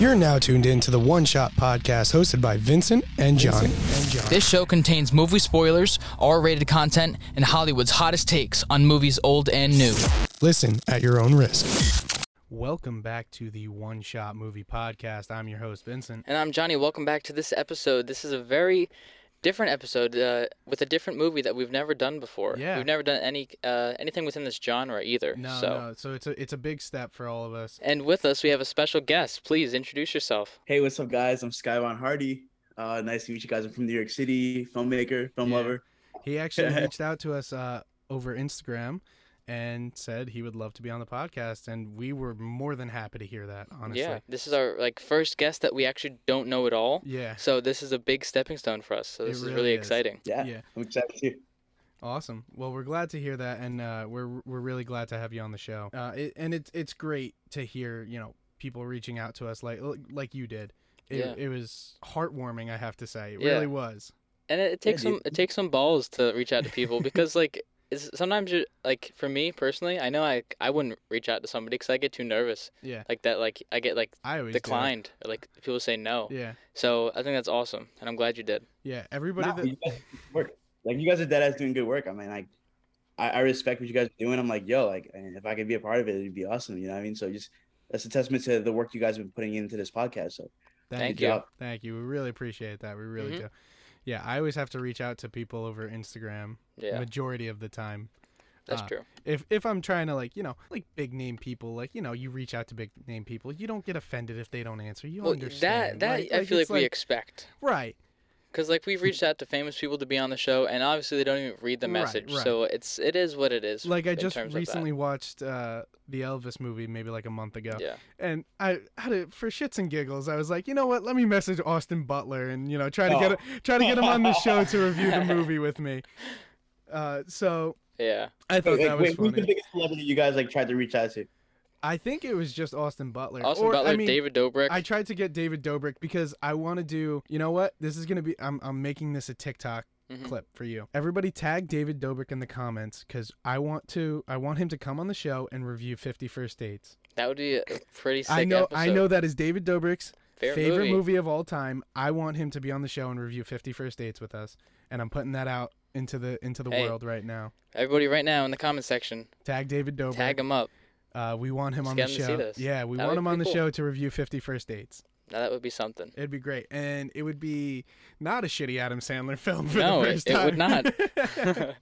You're now tuned in to the One Shot Podcast hosted by Vincent and John. This show contains movie spoilers, R rated content, and Hollywood's hottest takes on movies old and new. Listen at your own risk. Welcome back to the One Shot Movie Podcast. I'm your host, Vincent. And I'm Johnny. Welcome back to this episode. This is a very different episode uh, with a different movie that we've never done before. Yeah. We've never done any uh, anything within this genre either. No, so. no. So it's a it's a big step for all of us. And with us, we have a special guest. Please introduce yourself. Hey, what's up, guys? I'm Skyvon Hardy. Uh, nice to meet you guys. I'm from New York City, filmmaker, film Yeah. lover. He actually reached out to us uh, over Instagram and said he would love to be on the podcast, and we were more than happy to hear that. Honestly, Yeah, this is our like first guest that we actually don't know at all. yeah, So this is a big stepping stone for us. So It this is really really is. exciting. Yeah, yeah. I'm excited too. Awesome. Well, we're glad to hear that, and uh, we're we're really glad to have you on the show. Uh, it, and it's it's great to hear you know people reaching out to us like like you did. It, Yeah. it was heartwarming, I have to say. It Yeah. really was. And it, it takes dude. some it takes some balls to reach out to people because like it's, sometimes you like for me personally, I know I I wouldn't reach out to somebody because I get too nervous Yeah, like that like I get like I always do. declined or, like people say no. Yeah, So I think that's awesome, and I'm glad you did. yeah. Everybody. Nah, that, you guys do work. Like you guys are dead ass doing good work. I mean, like I, I respect what you guys are doing. I'm like, yo, like and if I could be a part of it, it'd be awesome. You know what I mean? So just that's a testament to the work you guys have been putting into this podcast. So Thank good you. job. Thank you. We really appreciate that. We really Mhm. do. Yeah, I always have to reach out to people over Instagram. Yeah, Majority of the time. that's uh, true. If if I'm trying to like, you know, like big name people, like, you know, you reach out to big name people, you don't get offended if they don't answer. You Well, that understand. that Like- I feel like it's we expect Right. because like we've reached out to famous people to be on the show, and obviously they don't even read the Right, message. right. So it's it is what it is. Like I in just terms of that. recently watched uh the Elvis movie maybe like a month ago. Yeah. And I had it for shits and giggles. I was like, you know what, let me message Austin Butler and, you know, try to get Oh. a, try to get him on the show to review the movie with me. Uh so Yeah. I thought Wait, Oh, that wait, was who's funny. the biggest celebrity you guys like tried to reach out to? I think it was just Austin Butler. Austin Or, Butler, I mean, David Dobrik. I tried to get David Dobrik because I want to do. You know what? This is gonna be. I'm I'm making this a TikTok Mhm. clip for you. Everybody tag David Dobrik in the comments because I want to. I want him to come on the show and review Fifty First Dates. That would be a pretty sick I know. episode. I know that is David Dobrik's Favorite, movie. of all time. I want him to be on the show and review Fifty First Dates with us. And I'm putting that out into the into the Hey. world right now. Everybody, right now in the comment section, Tag David Dobrik. tag him up. Uh, we want him Just on the get him to see show. this. Yeah, we That'd want be him on the pretty cool. show to review Fifty First Dates. Now that would be something. It'd be great, and it would be not a shitty Adam Sandler film. For No, the it- first it would not.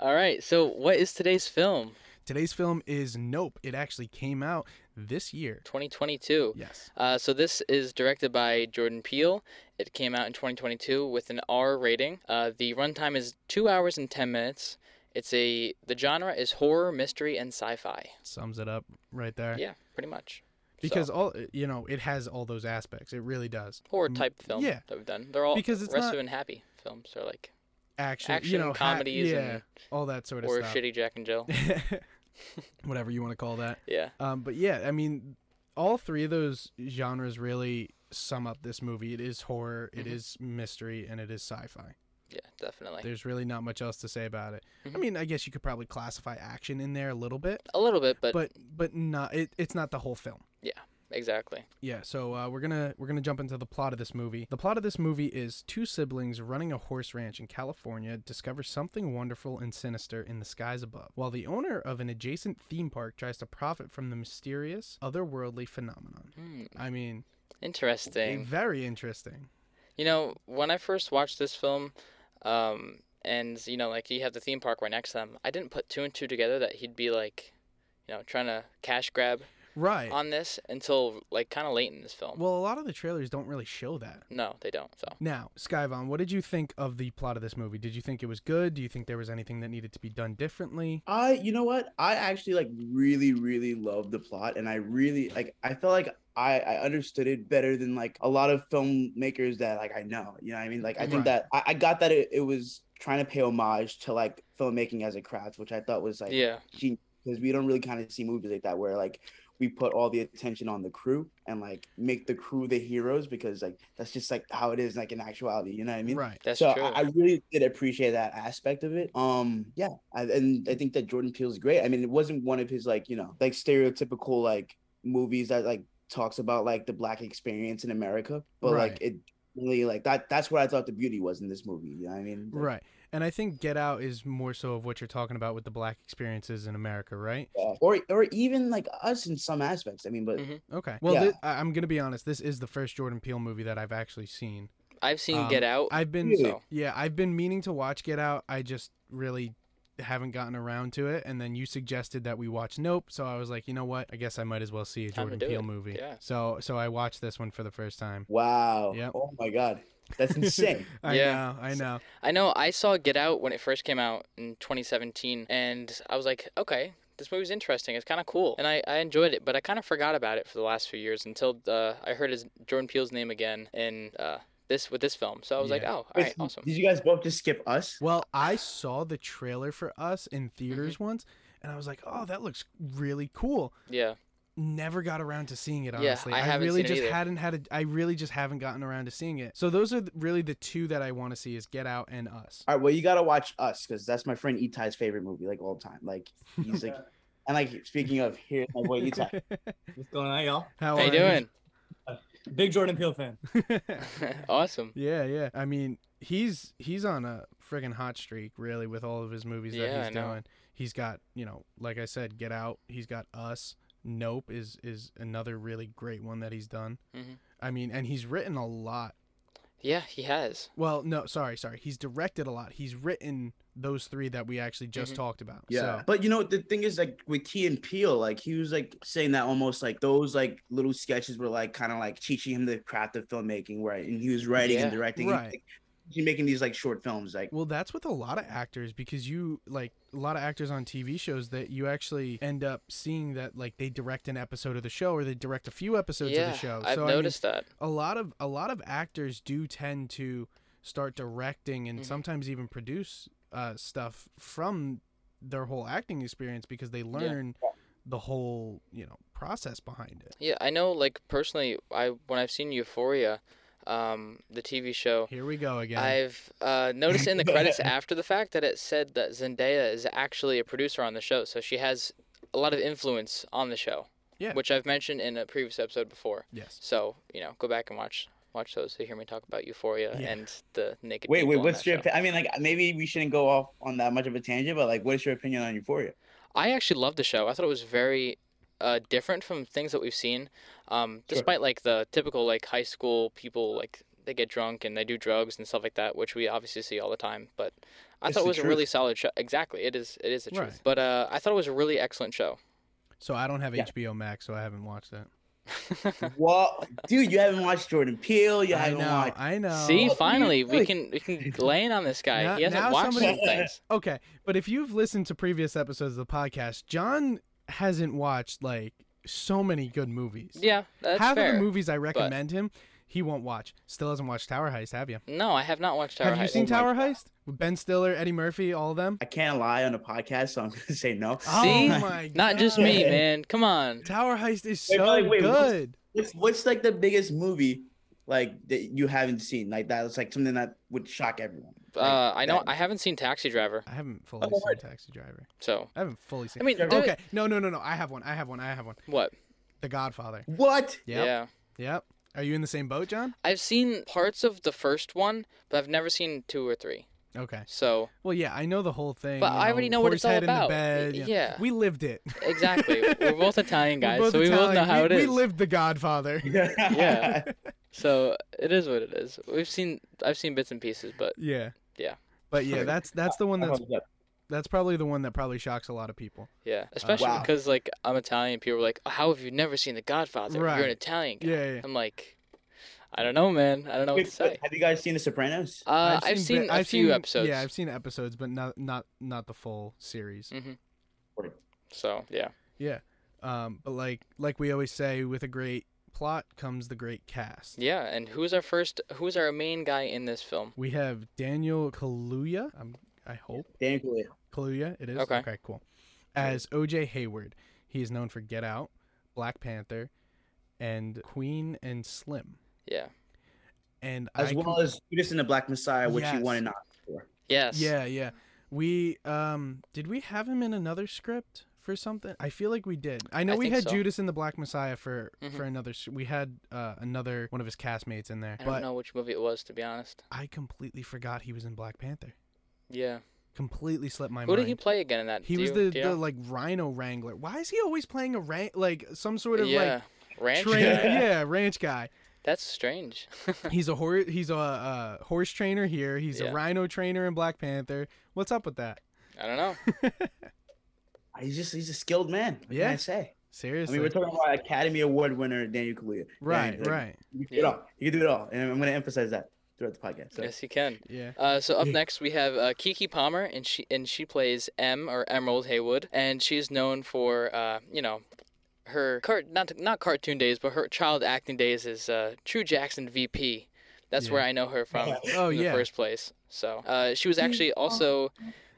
All right. So, what is today's film? Today's film is Nope. It actually came out this year. 2022. Yes. Uh, so this is directed by Jordan Peele. It came out in 2022 with an R rating. Uh, the runtime is two hours and ten minutes. It's a the genre is horror, mystery, and sci-fi. Sums it up right there. Yeah, pretty much. Because so, all you know, it has all those aspects. It really does. horror type film yeah. that we've done. They're all Because it's rest not- and happy films are like Action, action you know, ha- comedies yeah, and all that sort of or stuff. shitty Jack and Jill. Whatever you want to call that. yeah. Um, but yeah, I mean, all three of those genres really sum up this movie. It is horror, it Mhm. is mystery, and it is sci-fi. Yeah, definitely. There's really not much else to say about it. I Mhm. mean, I guess you could probably classify action in there a little bit, a little bit, but, but but not it, it's not the whole film. exactly. Yeah, so uh, we're gonna we're gonna jump into the plot of this movie. The plot of this movie is two siblings running a horse ranch in California discover something wonderful and sinister in the skies above, while the owner of an adjacent theme park tries to profit from the mysterious otherworldly phenomenon. Hmm, I mean, interesting. very interesting. You know, when I first watched this film, um, and you know, like you have the theme park right next to them, I didn't put two and two together that he'd be like, you know, trying to cash grab Right. on this until like kind of late in this film. well, a lot of the trailers don't really show that. No, they don't. So Now, Skyvon, what did you think of the plot of this movie? Did you think it was good? Do you think there was anything that needed to be done differently? I you know what? I actually like really really loved the plot and I really like I felt like I I understood it better than like a lot of filmmakers that like I know. You know what I mean? Like I Right. think that I, I got that it, it was trying to pay homage to like filmmaking as a craft, which I thought was like yeah, because we don't really kind of see movies like that where like we put all the attention on the crew and like make the crew the heroes because like that's just like how it is like in actuality, you know what I mean? right. that's so true. I, I really did appreciate that aspect of it. Um, yeah, I, and I think that Jordan Peele's great. I mean, it wasn't one of his like you know like stereotypical like movies that like talks about like the black experience in America, but Right. like it really like that. That's what I thought the beauty was in this movie. You know what I mean? Like, Right. And I think Get Out is more so of what you're talking about with the black experiences in America, right? yeah. Or or even like us in some aspects. I mean, but Mhm. Okay. Well, Yeah. thi- I- I'm going to be honest. This is the first Jordan Peele movie that I've actually seen. I've seen Um, Get Out. I've been Really? So Yeah, I've been meaning to watch Get Out. I just really haven't gotten around to it. And then you suggested that we watch Nope, so I was like, you know what? I guess I might as well see a Time to Jordan do Peele it. movie. Yeah. So so I watched this one for the first time. wow, Yep. oh my god, that's insane. I Yeah. know, I know. I know I saw Get Out when it first came out in 2017, and I was like, okay, this movie's interesting. It's kind of cool, and I, I enjoyed it, but I kind of forgot about it for the last few years until uh, I heard his Jordan Peele's name again in uh, this with this film. So I was like, Yeah. oh, all Wait, right, awesome. Did you guys both just skip us? Well, I saw the trailer for Us in theaters Mm-hmm. once, and I was like, oh, that looks really cool. Yeah, Never got around to seeing it. Yeah, Honestly, I haven't really seen it just either. hadn't had. A, I really just haven't gotten around to seeing it. So those are th- really the two that I want to see: is Get Out and Us. All right, well, you gotta watch Us because that's my friend Itai's favorite movie, like all time. Like he's like, and like speaking of, here, my boy Itai. What's going on, y'all? How how you are you? doing? Big Jordan Peele fan. doing? awesome. Yeah, yeah. I mean, he's he's on a friggin' hot streak, really, with all of his movies that Yeah, I he's know. doing. He's got, you know, like I said, Get Out. He's got Us. Nope is is another really great one that he's done. Mhm. I mean, and he's written a lot. Yeah, he has. Well, no, sorry, sorry. He's directed a lot. He's written those three that we actually just Mhm. talked about. Yeah, So, but you know the thing is like with Key and Peele, like he was like saying that almost like those like little sketches were like kind of like teaching him the craft of filmmaking, right? And he was writing Yeah. and directing, Right. and, like, he's making these like short films, like Well, that's with a lot of actors because you like a lot of actors on TV shows that you actually end up seeing that like they direct an episode of the show or they direct a few episodes yeah, of the show. I've so, I mean, noticed that. a lot of a lot of actors do tend to start directing and Mhm. sometimes even produce uh, stuff from their whole acting experience because they learn the whole you know process behind it. Yeah, I know. Like personally, I when I've seen Euphoria, um, the TV show, Here we go again. I've uh, noticed in the credits after the fact that it said that Zendaya is actually a producer on the show, so she has a lot of influence on the show. Yeah. Which I've mentioned in a previous episode before. yes. So, you know, go back and watch watch those to hear me talk about Euphoria Yeah. and the naked wait, people wait, on what's that your? show. opi- I mean, like maybe we shouldn't go off on that much of a tangent, but like, what's your opinion on Euphoria? I actually love the show. I thought it was very uh, different from things that we've seen. Um, despite like the typical like high school people like they get drunk and they do drugs and stuff like that, which we obviously see all the time. But I It's thought it the was a truth. really solid show. Exactly, it is. It is the truth. Right. But uh, I thought it was a really excellent show. So I don't have Yeah. HBO Max, so I haven't watched that. well, dude, you haven't watched Jordan Peele, you I haven't know. watched. I know. See, what are you finally we doing? can we can lay in on this guy. Now- he now hasn't watched somebody- some things. Okay, but if you've listened to previous episodes of the podcast, John hasn't watched like so many good movies. Yeah, that's Half fair. of the movies I recommend him, he won't watch. Still hasn't watched Tower Heist, have you? No, I have not watched Tower have you Heist. seen Oh Tower my Heist? With Ben Stiller, Eddie Murphy, all of them? I can't lie on a podcast, so I'm gonna say no. See? Oh my Not just me, God. man. Come on. Tower Heist is Wait, so wait, wait, what's- good. What's, what's like the biggest movie like that you haven't seen? Like that's like something that would shock everyone. Like, Uh, I know that- I haven't seen Taxi Driver, I haven't fully Oh, seen wait. Taxi Driver. so I haven't fully seen I mean, Driver. there- Okay, no, no, no, no. I have one. I have one. I have one. what? The Godfather. What? Yep. Yeah. Yep. Are you in the same boat, John? I've seen parts of the first one, but I've never seen two or three. Okay. So Well, yeah, I know the whole thing. But you I already know what it's horse all head in the about. bed, Y- you know. yeah. We lived it. exactly, we're both Italian We're guys, both so we both know Italian. how we, it is. We lived The Godfather. Yeah. So it is what it is. We've seen I've seen bits and pieces, but Yeah. Yeah. But yeah, that's that's the one that's Wow. that's probably the one that probably shocks a lot of people. yeah, especially Wow. because like I'm Italian, people are like, "How have you never seen The Godfather? You're Right. an Italian guy." Yeah, yeah, yeah. I'm like, I don't know, man. I don't know what to Wait, say. but have you guys seen The Sopranos? Uh, I've, bit- seen, a I've few seen- episodes. Yeah, I've seen episodes, but not not not the full series. So yeah, Mm. Um, but like like we always say, with a great plot comes the great cast. yeah. And who's our first? Who's our main guy in this film? We have Daniel Kaluuya. I'm, I hope Daniel Kaluuya. Kaluuya. It is Okay. cool. As O.J. Hayward, he is known for Get Out, Black Panther, and Queen and Slim. Yeah. And as I com- well as Judas and the Black Messiah, which he won Yes. an Oscar. Yes. yeah, yeah. We um, did we have him in another script for something? I feel like we did. I know I we think had so. Judas in the Black Messiah for Mhm. for another. s- We had uh, another one of his castmates in there, I don't but know which movie it was to be honest. I completely forgot he was in Black Panther. Yeah. Completely slipped my Who mind. did he play again in that? He Do was you- the, do you the know? like rhino wrangler. Why is he always playing a rank like some sort of yeah like ranch. train? guy. guy. yeah, ranch guy. That's strange. He's a horse. He's a uh, horse trainer here. He's Yeah. a rhino trainer in Black Panther. What's up with that? I don't know. He's just he's a skilled man. What Yeah. can I say? I Seriously, mean, we're talking about Academy Award winner Daniel Kaluuya. right, Daniel, like, right, You can do it Yeah. all. You can do it all, and I'm going to emphasize that throughout the podcast. So. Yes, he can. yeah. Uh, so up next we have uh, Kiki Palmer, and she and she plays M or Emerald Haywood, and she's known for uh, you know her car- not not cartoon days, but her child acting days is uh, True Jackson VP. That's where I know her from Oh in the yeah, first place. So uh, she was actually also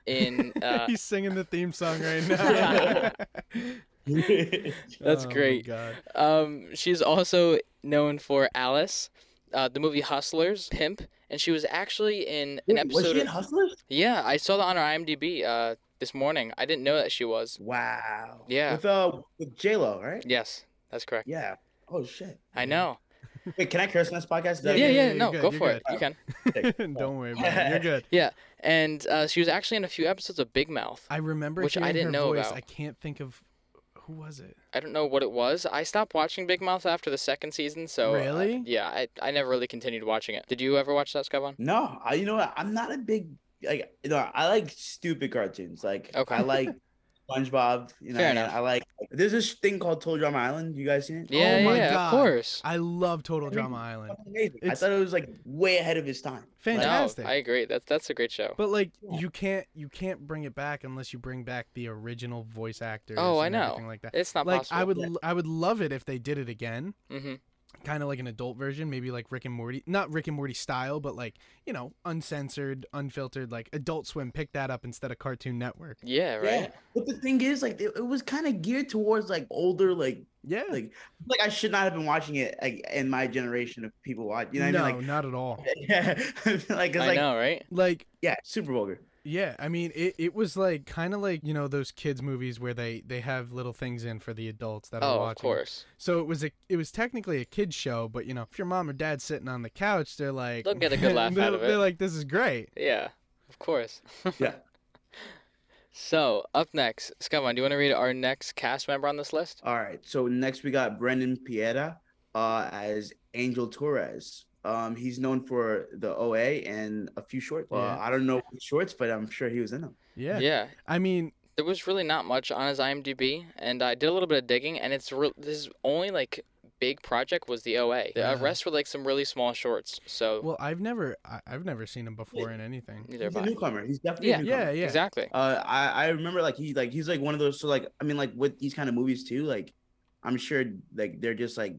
in. Uh, he's singing the theme song right now. That's Oh, my great. God. um, she's also known for Alice, uh, the movie Hustlers, Pimp, and she was actually in an Wait, was episode. she of- in Hustlers? Yeah, I saw that on her IMDb uh, this morning. I didn't know that she was. Wow. Yeah. With uh with J Lo, right? Yes, that's correct. Yeah. Oh shit. I know. Wait, can I curse on this podcast? Is Yeah, that yeah, yeah, okay? yeah. yeah, no, you're go good, for you're it. You can. Don't worry about it. You're good. And uh, she was actually in a few episodes of Big Mouth. I remember Which I hearing didn't her know voice. about. I can't think of who was it. I don't know what it was. I stopped watching Big Mouth after the second season, so uh, Really? yeah, I, I never really continued watching it. Did you ever watch that, Skyvon? No, I, you know what? I'm not a big like. You know, I like stupid cartoons. Like Okay. I like SpongeBob. You know, Fair and enough. I like. There's this thing called Toad Drama Island. You guys seen it? Yeah, Oh my yeah, God. of course. I love Total I mean, Drama Island. Fucking amazing. I It's- thought it was like way ahead of his time. Fantastic. No, I agree. That's that's a great show. But like Yeah. you can't you can't bring it back unless you bring back the original voice actors. Oh, I and know. everything Like that. It's not Like possible. I would Yeah. l- I would love it if they did it again, Mm-hmm. kind of like an adult version, maybe like Rick and Morty, not Rick and Morty style, but like you know uncensored, unfiltered, like Adult Swim pick that up instead of Cartoon Network. Yeah, right. Yeah. But the thing is, like, it, it was kind of geared towards like older, like, Yeah. Like, like I should not have been watching it like in my generation of people watch. You know what no, I mean? Like, not at all. yeah, like, it's I like, know, right? Like yeah, super vulgar. Yeah, I mean it, it was like kind of like, you know, those kids movies where they they have little things in for the adults that are Oh, watching. of course. So it was a it was technically a kids show, but you know, if your mom or dad's sitting on the couch, they're like They'll get a good laugh they're, out of it. They're like this is great. Yeah, of course. Yeah. So up next, Skyvon, do you want to read our next cast member on this list? All right. So next we got Brendan Pieta uh, as Angel Torres. Um, he's known for the OA and a few shorts. Uh, Yeah. I don't know what shorts, but I'm sure he was in them. Yeah. yeah. I mean, there was really not much on his IMDb, and I did a little bit of digging, and it's re- this only like big project was the OA. The Yeah. rest were like some really small shorts. So well, I've never I, I've never seen him before in anything. neither He's have a I. newcomer. He's definitely Yeah. a newcomer. Yeah, yeah. Exactly. Uh, I I remember like he's like he's like one of those. So like I mean like with these kind of movies too. Like I'm sure like they're just like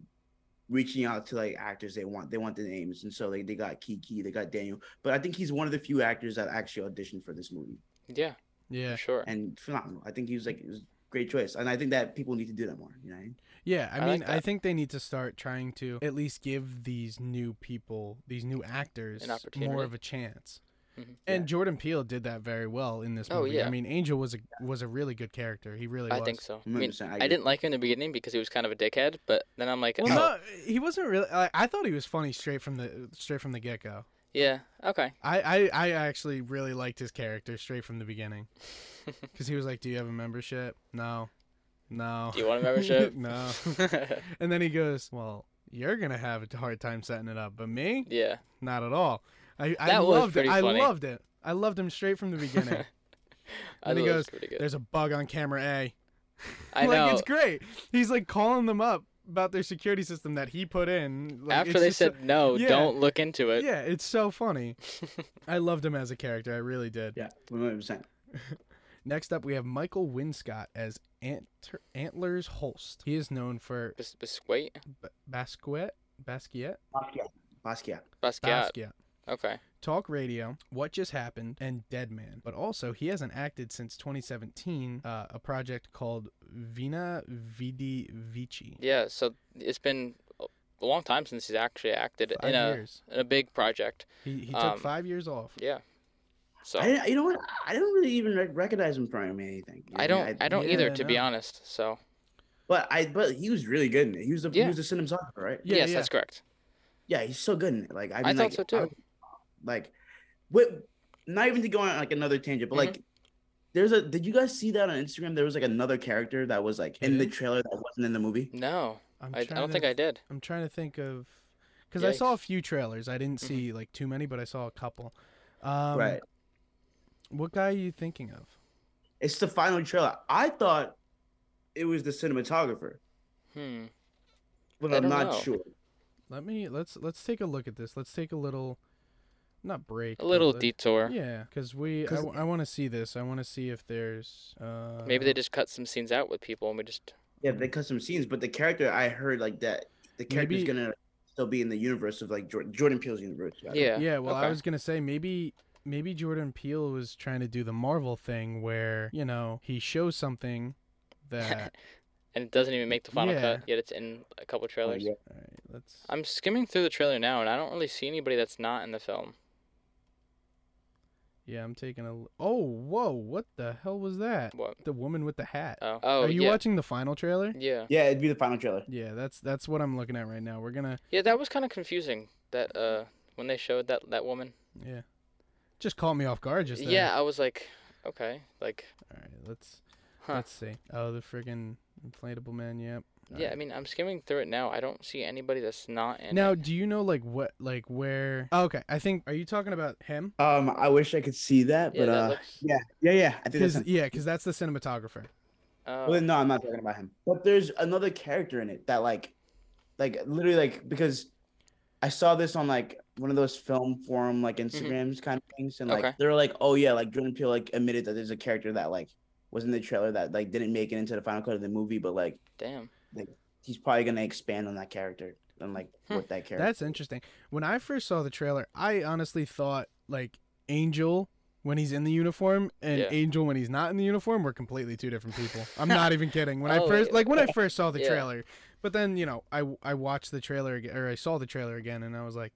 reaching out to like actors they want they want the names and so like they got Kiki they got Daniel but I think he's one of the few actors that actually auditioned for this movie Yeah, Yeah. for sure. and phenomenal I think he was like it was a great choice and I think that people need to do that more you know what I mean? Yeah, I I like mean, I that. think they need to start trying to at least give these new people, these new actors, more opportunity. of a chance. Mhm. And Yeah. Jordan Peele did that very well in this Oh, movie. I yeah. mean, Angel was a was a really good character. He really I was. think so. I I'm mean, 100% I agree. didn't like him in the beginning because he was kind of a dickhead, but then I'm like, Well, oh, no, he wasn't really. I, I thought he was funny straight from the straight from the get go. yeah, okay. I, I, I actually really liked his character straight from the beginning, because he was like, "Do you have a membership? No, no, Do you want a membership? no." And then he goes, "Well, you're gonna have a hard time setting it up, but me, yeah. not at all." I, I That was loved it. pretty funny. I loved it. I loved him straight from the beginning. I And he thought it was goes, pretty good. There's a bug on camera A. I like know. it's great. He's like calling them up about their security system that he put in. Like, After it's they just so- said no, yeah. don't look into it. yeah, it's so funny. I loved him as a character. I really did. yeah 100 percent Next up, we have Michael Winscott as Antler- Antlers Holst. He is known for Bis- Biscuit, B- Basquiat, Basquiat, Basquiat Basquiat Basquiat. Basquiat, Okay. Talk Radio, What Just Happened, and Dead Man. But also, he hasn't acted since 2017, uh, a project called Vina Vidi Vici. Yeah. So it's been a long time since he's actually acted Five in a years. in a big project. He, he took um, five years off. Yeah. So I didn't, you know what? I don't really even rec- recognize him from anything. you I know what mean? don't I don't either Yeah, to be no. honest. So But I but he was really good in it. He was the Yeah. he was the cinematographer, right? Yeah, yes, yeah. that's correct. Yeah, he's so good in it. Like I, mean, I, thought like, so too. I- like, what? Not even to go on like another tangent, but Mhm. like, there's a. Did you guys see that on Instagram? There was like another character that was like in the Kid? trailer that wasn't in the movie. no, I'm I, I trying don't to- think I did. I'm trying to think of because I saw a Yikes. few trailers. I didn't Mhm. see like too many, but I saw a couple. Um, right. What guy are you thinking of? It's the final trailer. I thought it was the cinematographer, Hmm. but I I'm don't not know. sure. Let me let's let's take a look at this. Let's take a little, not break. A but little let- detour. Yeah, because we I 'Cause- want to see this. I want to see if there's uh, Maybe they just cut some scenes out with people and we just Yeah, they cut some scenes, but the character I heard like that the character's Maybe- gonna still be in the universe of like Jor- Jordan Peele's universe. right? Yeah. Yeah, well, I okay. was gonna say maybe maybe Jordan Peele was trying to do the Marvel thing where you know he shows something that. and it doesn't even make the final Yeah. cut yet it's in a couple Oh, trailers. yeah. All right, let's. I'm skimming through the trailer now and I don't really see anybody that's not in the film. Yeah, I'm taking a. l- Oh, whoa! What the hell was that? What? The woman with the hat. Oh. Oh, Are you yeah. watching the final trailer? Yeah. Yeah, it'd be the final trailer. Yeah, that's that's what I'm looking at right now. We're gonna Yeah, that was kind of confusing that uh when they showed that that woman. yeah. Just caught me off guard just there. Yeah, I was like, okay, like All right, let's Huh. let's see. Oh, the friggin' inflatable man. Yep. All yeah, right. I mean, I'm skimming through it now. I don't see anybody that's not in Now, it. do you know like what like where? Oh, okay, I think. Are you talking about him? Um, I wish I could see that, Yeah, but that uh, looks- yeah, yeah, yeah. I think that's Because him. yeah, because that's the cinematographer. Oh, Well, no, I'm not talking about him. But there's another character in it that like, like literally like because I saw this on like one of those film forum like Instagrams kind of things, and like Mm-hmm. Okay. they're like, oh yeah, like Jordan Peele like admitted that there's a character that like was in the trailer that like didn't make it into the final cut of the movie, but like damn. he's probably gonna expand on that character and like Hmm. what that character. That's interesting. When I first saw the trailer, I honestly thought like Angel when he's in the uniform and Yeah. Angel when he's not in the uniform were completely two different people. I'm not even kidding. When I Oh, first yeah. like when I first saw the Yeah. trailer, but then you know I I watched the trailer again or I saw the trailer again and I was like,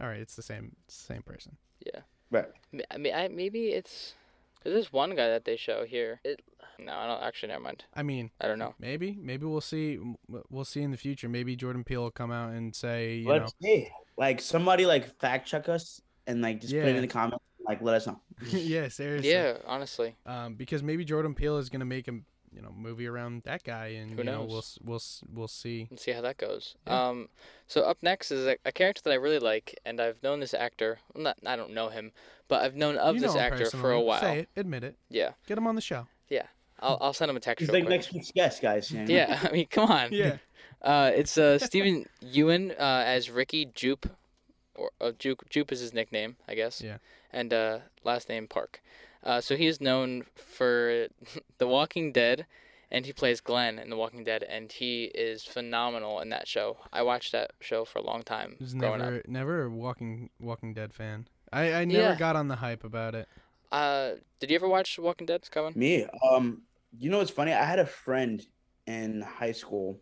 all right, it's the same it's the same person. Right. M- I mean, I maybe it's there's this one guy that they show here. It no, I don't actually. Never mind. I mean, I don't know. maybe maybe we'll see we'll see in the future. Maybe Jordan Peele will come out and say you know Let's see. Like somebody like fact check us and like just put it Yeah. in the comments. Like let us know. yeah seriously Yeah, honestly, um, because maybe Jordan Peele is gonna make a you know movie around that guy, and Who you know knows? we'll s- we'll s- we'll see. and see how that goes. Yeah. Um, so up next is a, a character that I really like, and I've known this actor. I'm not, I don't know him, but I've known of You this know him actor for a personally. while. Say it, admit it, Yeah, get him on the show. I'll I'll send him a text. He's real like quick. next week's guest, guys. you know? Yeah, I mean, come on. Uh, it's uh, Stephen Ewan uh, as Ricky Jupe, or uh, Jupe. Jupe is his nickname, I guess. Yeah. And uh, last name Park. Uh, so he is known for The Walking Dead, and he plays Glenn in The Walking Dead, and he is phenomenal in that show. I watched that show for a long time was growing up. never never a Walking Walking Dead fan. I I never Yeah. got on the hype about it. Uh, did you ever watch The Walking Dead, Kevin? Me, um, you know what's funny? I had a friend in high school,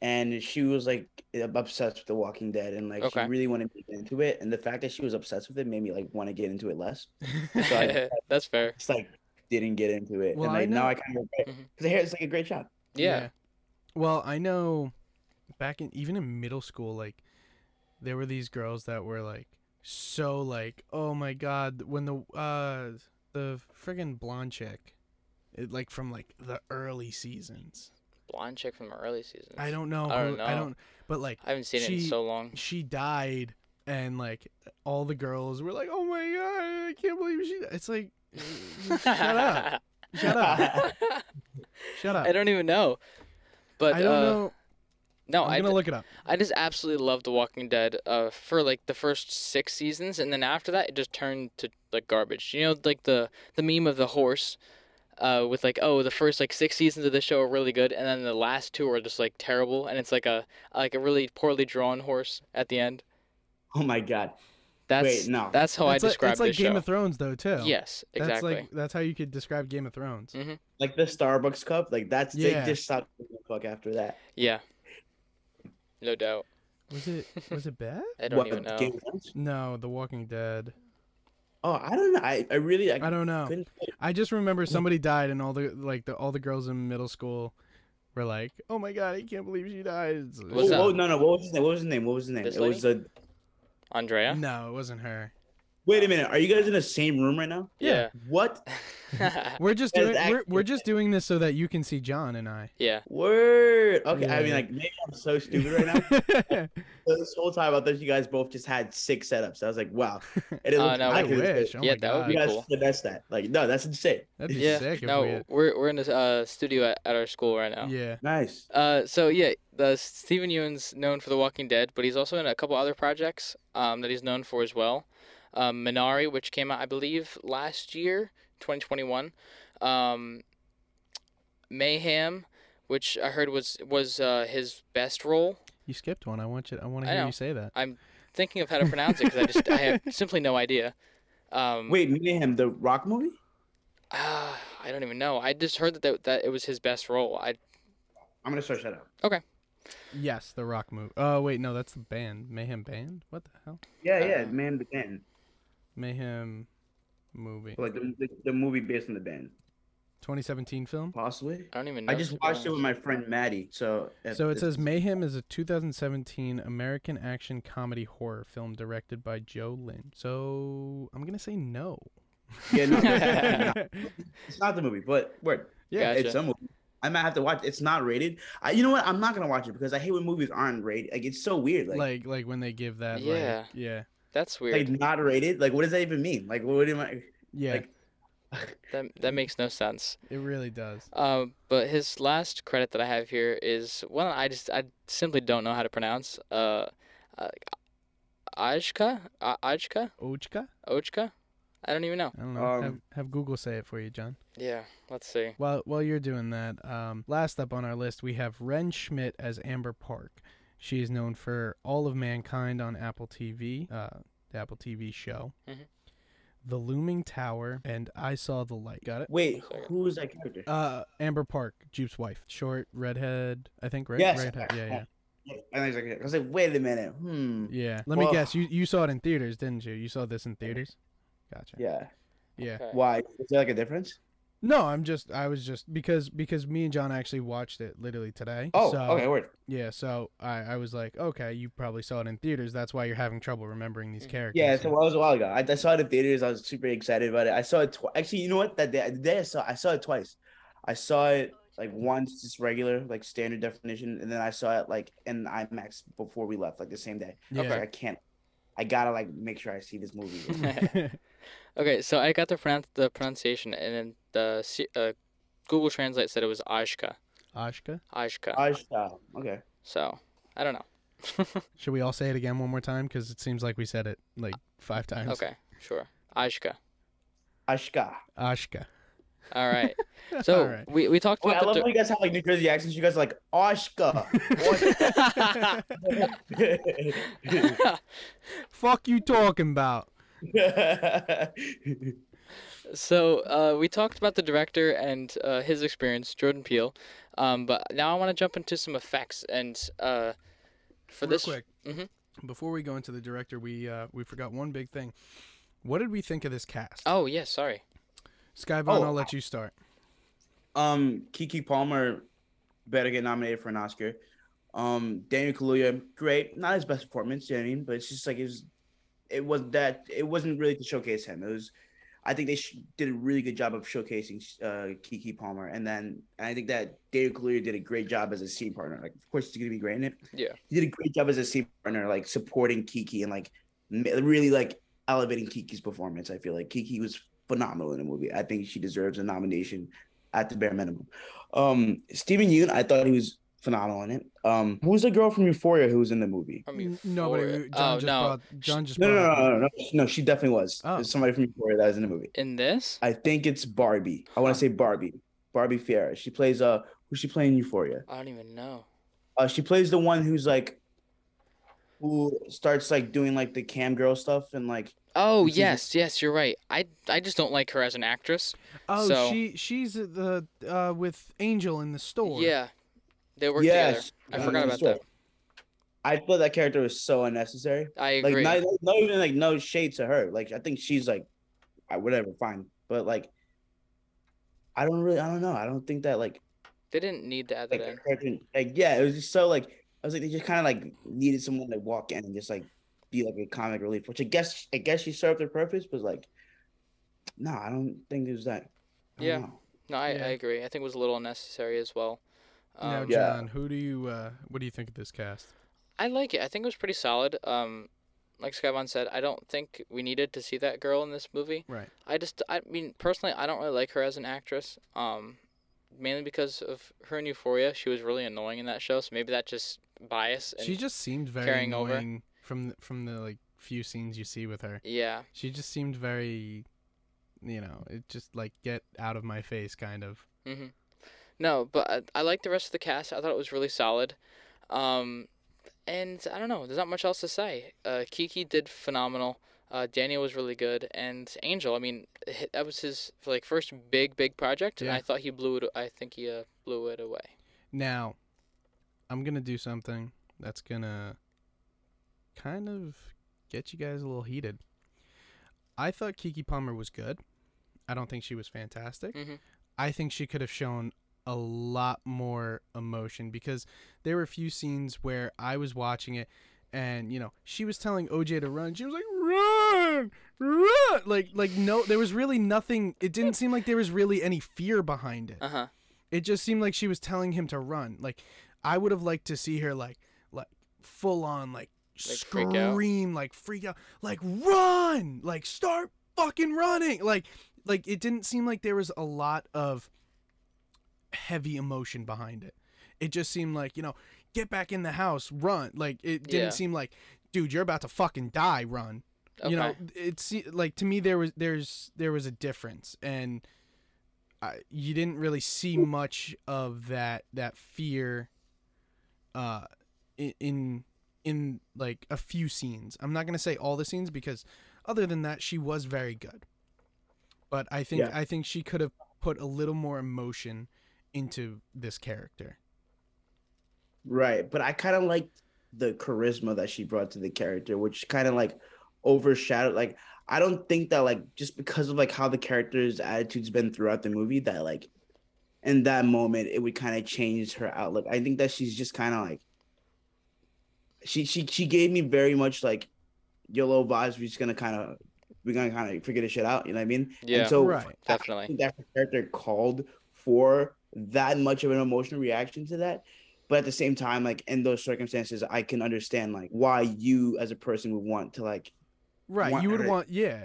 and she was like obsessed with The Walking Dead, and like Okay. she really wanted to get into it. And the fact that she was obsessed with it made me like want to get into it less. So I That's fair. just like didn't get into it, Well, and I like now know- I kind of regret Mhm. because hair it's like a great job. Yeah. Well, I know back in even in middle school, like there were these girls that were like so like, oh my god, when the uh the friggin' blonde chick it, like from like the early seasons. Blonde chick from the early seasons. I don't know. I who- don't I know. don't but like I haven't seen it in She- so long. she died and like all the girls were like, "Oh my god, I can't believe she." di-" It's like shut up. Shut up. Shut up. I don't even know. But I don't uh, know. no, I'm I, going to look it up. I just absolutely loved The Walking Dead uh, for like the first six seasons, and then after that, it just turned to like garbage. You know, like the the meme of the horse, uh, with like oh the first like six seasons of the show are really good, and then the last two are just like terrible, and it's like a like a really poorly drawn horse at the end. Oh my god! That's Wait, no. that's It's how Oh, I like- describe It's like this Game show. of Thrones though, too. yes, exactly. That's like that's how you could describe Game of Thrones. Mm. Like the Starbucks cup, like that's Yeah. they just stopped giving a fuck after that. Yeah, no doubt. Was it was it bad? I don't even know. Game of Thrones? No, The Walking Dead. Oh, I don't know. I, I really I, I don't know. couldn't. I just remember somebody died, and all the like the all the girls in middle school were like, "Oh my god, I can't believe she died." It's- Was Whoa, that- whoa, Oh, no, no. What was his name? What was his name? What was his name? This it was a. Andrea. No, it wasn't her. Wait a minute. Are you guys in the same room right now? Yeah. What? Yeah. We're just That is doing we're, actually- we're just doing this so that you can see John and I. yeah. Word. Okay. I Yeah. mean, like maybe I'm so stupid right now. So this whole time I thought you guys both just had six setups. I was like, wow. It Oh, no, I I could- wish. Oh Yeah, my that would god, be You guys cool. finessed that. Like, no, that's insane. that'd be Yeah. sick. If No, we had- we're we're in the uh, studio at, at our school right now. yeah. Nice. Uh, so yeah, the Stephen Ewan's known for The Walking Dead, but he's also in a couple other projects um, that he's known for as well. Um, Minari, which came out I believe last year, 2021. Um, Mayhem, which I heard was was uh, his best role. You skipped one. I want you. I want I to hear know. you say that. Thinking of how to pronounce it because I just I have simply no idea. Um, Wait, Mayhem, the rock movie? ah, I don't even know. I just heard that, that that it was his best role. I I'm gonna search that up. Yes, the rock move. Oh wait, no, that's the band. Mayhem band. What the hell? Yeah, yeah, Uh, man, the band. Mayhem movie. Like the, the, the movie based on the band, 2017 film. possibly. I don't even know. I to just be watched it honest. with my friend Maddie. So if So it this- says Mayhem is a 2017 American action comedy horror film directed by Joe Lynn. So I'm gonna say no. Yeah, no, yeah, it's not the movie, but word. Yeah. Gotcha. It's a movie. I might have to watch. It's not rated. I, you know what? I'm not gonna watch it because I hate when movies aren't rated. Like it's so weird. Like like, like like when they give that. Yeah, Yeah. like, yeah, That's weird. not rated. Like what does that even mean? Like what do I? yeah. Like- That that makes no sense. it really does. Uh, but his last credit that I have here is one I just I simply don't know how to pronounce. Uh, uh Ajka, uh, Ajka, Ochka. Ojka. I don't even know. I don't know. Um, have, have Google say it for you, John. Yeah, let's see. While while you're doing that, um, last up on our list we have Ren Schmidt as Amber Park. She is known for All of Mankind on Apple TV, uh, the Apple TV show, Mhm. The Looming Tower, and I Saw the Light. Got it. Wait, Sorry. who is that character? Uh, Amber Park, Jupe's wife, short redhead. I think right. Yes. Redhead. Yeah, yeah, And I was like, I was like, wait a minute. Hmm. yeah. Let me Well- guess. You you saw it in theaters, didn't you? You saw this in theaters. Gotcha. Yeah. Yeah. Okay. Why? Is there like a difference? No, I'm just. I was just because because me and John actually watched it literally today. Oh, so, okay, word. Yeah, so I, I was like, okay, you probably saw it in theaters. That's why you're having trouble remembering these Mm. characters. Yeah, so that was a while ago. I, I saw it in theaters. I was super excited about it. I saw it twi- actually. You know what? That day, the day I saw, I saw it twice. I saw it like once, just regular, like standard definition, and then I saw it like in IMAX before we left, like the same day. Yeah. I was like, I can't. I gotta like make sure I see this movie. Okay, so I got the pronoun the pronunciation, and then the se- uh, Google Translate said it was Ajka, Ashka. Ajka. Taj Mahal. okay. So I don't know. Should we all say it again one more time? Because it seems like we said it like five times. Okay, sure, Ajka. Ashka. Ashka. All right. So All right. we we talked Wait, I about love the. how you guys have like New Jersey accents. You guys are like Ashka. Fuck you talking about? So uh, we talked about the director and uh, his experience, Jordan Peele. Um, but now I want to jump into some effects and uh, for Real this, quick. Mhm. Before we go into the director, we uh, we forgot one big thing. What did we think of this cast? oh yeah, sorry, Skyvon, Oh. I'll let you start. Um, Kiki Palmer better get nominated for an Oscar. Um, Daniel Kaluuya, great, not his best performance, you know what I mean, but it's just like it was, it was that it wasn't really to showcase him. It was, I think they sh- did a really good job of showcasing uh, Kiki Palmer, and then I think that Daniel Kaluuya did a great job as a scene partner. Like, of course, he's gonna be great in it. Yeah. he did a great job as a scene partner, like supporting Kiki and like m- really like elevating Kiki's performance. I feel like Kiki was phenomenal in the movie. I think she deserves a nomination at the bare minimum. Um, Stephen Yoon, I thought he was phenomenal in it. Um, who's the girl from Euphoria who was in the movie? from N- you. Nobody. we- John oh just no, brought. John just No, no, no, brought. no, no, no, no, she definitely was. Oh. There's somebody from Euphoria that was in the movie. in this, I think it's Barbie. I Oh. want to say Barbie. Barbie Fiera. She plays uh, who's she playing in Euphoria? I don't even know. Uh, she plays the one who's like, who starts like doing like the cam girl stuff and like Oh It's either- yes, yes, you're right. I I just don't like her as an actress. Oh, So- she she's at the uh, with Angel in the store. Yeah, they work yes, together. I uh, forgot about sure. that. I thought that character was so unnecessary. I Like agree. not, not even like no shade to her. Like I think she's like I, whatever, fine. But like, I don't really, I don't know. I don't think that like They didn't need to add that like, in. encouraging- like yeah, it was just so like I was like they just kind of like needed someone to walk in and just like be like a comic relief, which I guess I guess she served their purpose, but like, no, I don't think it was that. I don't Yeah. know. No, I, Yeah. I agree. I think it was a little unnecessary as well. now, Um, yeah. John, who do you uh, what do you think of this cast? I like it. I think it was pretty solid. Um, like Skyvon said, I don't think we needed to see that girl in this movie. Right. I just, I mean, personally, I don't really like her as an actress. Um, mainly because of her in Euphoria, she was really annoying in that show. So maybe that just bias. And, She just seemed very carrying over. annoying from the, from the like few scenes you see with her. yeah, She just seemed very, you know, it just like get out of my face kind of. no, but I, I like the rest of the cast. I thought it was really solid. Um, and I don't know. There's not much else to say. Uh, Kiki did phenomenal. Uh, Daniel was really good, and Angel. I mean, h- that was his like first big, big project, and Yeah. I thought he blew it. I think he uh, blew it away. Now, I'm gonna do something that's gonna kind of get you guys a little heated. I thought Kiki Palmer was good. I don't think she was fantastic. Mhm. I think she could have shown a lot more emotion because there were a few scenes where I was watching it and you know she was telling OJ to run she was like run run like like no there was really nothing it didn't seem like there was really any fear behind it Uh huh. it just seemed like she was telling him to run. Like I would have liked to see her like like full on like, Like, freak out. scream, like freak out, like run, like start fucking running. Like like it didn't seem like there was a lot of heavy emotion behind it. It just seemed like, you know, get back in the house, run. Like it didn't Yeah. seem like dude, you're about to fucking die, run Okay. you know it's like to me there was there's there was a difference and I, you didn't really see much of that that fear uh i- in in like a few scenes i'm not going to say all the scenes because other than that she was very good but i think Yeah. i think she could have put a little more emotion into this character Right, but I kind of liked the charisma that she brought to the character, which kind of like overshadowed. Like, I don't think that like just because of like how the character's attitude's been throughout the movie, that like in that moment it would kind of change her outlook. I think that she's just kind of like she she she gave me very much like YOLO vibes. We're just gonna kind of we're gonna kind of figure this shit out. You know what I mean? Yeah. And so Right. I Definitely. think that character called for that much of an emotional reaction to that. But at the same time, like in those circumstances, I can understand like why you as a person would want to like, right Want you would her- want yeah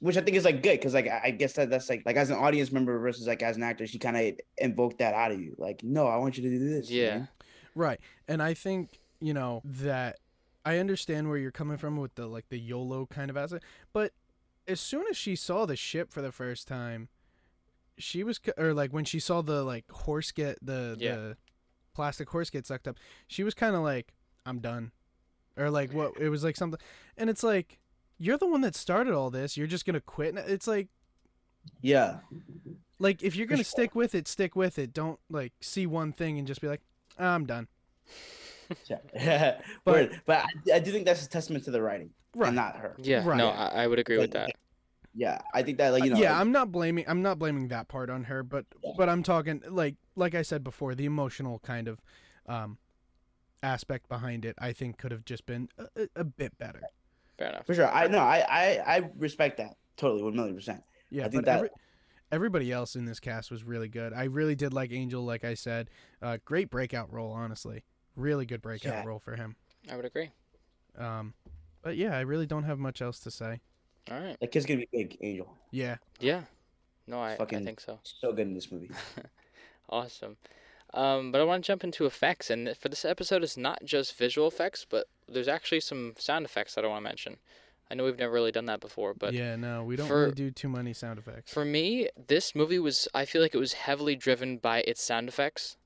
which I think is like good because like I I guess that that's like like as an audience member versus like as an actor, she kind of invoked that out of you. Like, no, I want you to do this. you Yeah. know? Right. And I think, you know, that I understand where you're coming from with the like the YOLO kind of aspect, but as soon as she saw the ship for the first time, she was ki- or like when she saw the like horse get the Yeah. the plastic horse get sucked up, she was kind of like I'm done. Or like what it was like something and it's like you're the one that started all this, you're just going to quit. And It's like Yeah. like if you're For going to sure. stick with it, stick with it. Don't like see one thing and just be like I'm done. Yeah. But- but but I, I do think that's a testament to the writing Right. and not her. Yeah. Right. No, I, I would agree with that. Yeah. I think that like Uh, you know. Uh, yeah like- i'm not blaming i'm not blaming that part on her but Yeah. but i'm talking like like i said before the emotional kind of um aspect behind it i think could have just been a, a- a bit better Fair enough. for sure. I know. I I I respect that totally, one million percent. yeah I but think that- every, everybody else in this cast was really good i really did like angel like i said uh great breakout role honestly really good breakout Yeah. role for him I would agree. um but yeah i really don't have much else to say All right. That kid's gonna be big, Angel. yeah Yeah. No, I, I Fucking- think so. So good in this movie. Awesome. Um, but I want to jump into effects, and for this episode, it's not just visual effects, but there's actually some sound effects that I want to mention. I know we've never really done that before, but yeah no we don't for- really do too many sound effects for me, this movie was, I feel like it was heavily driven by its sound effects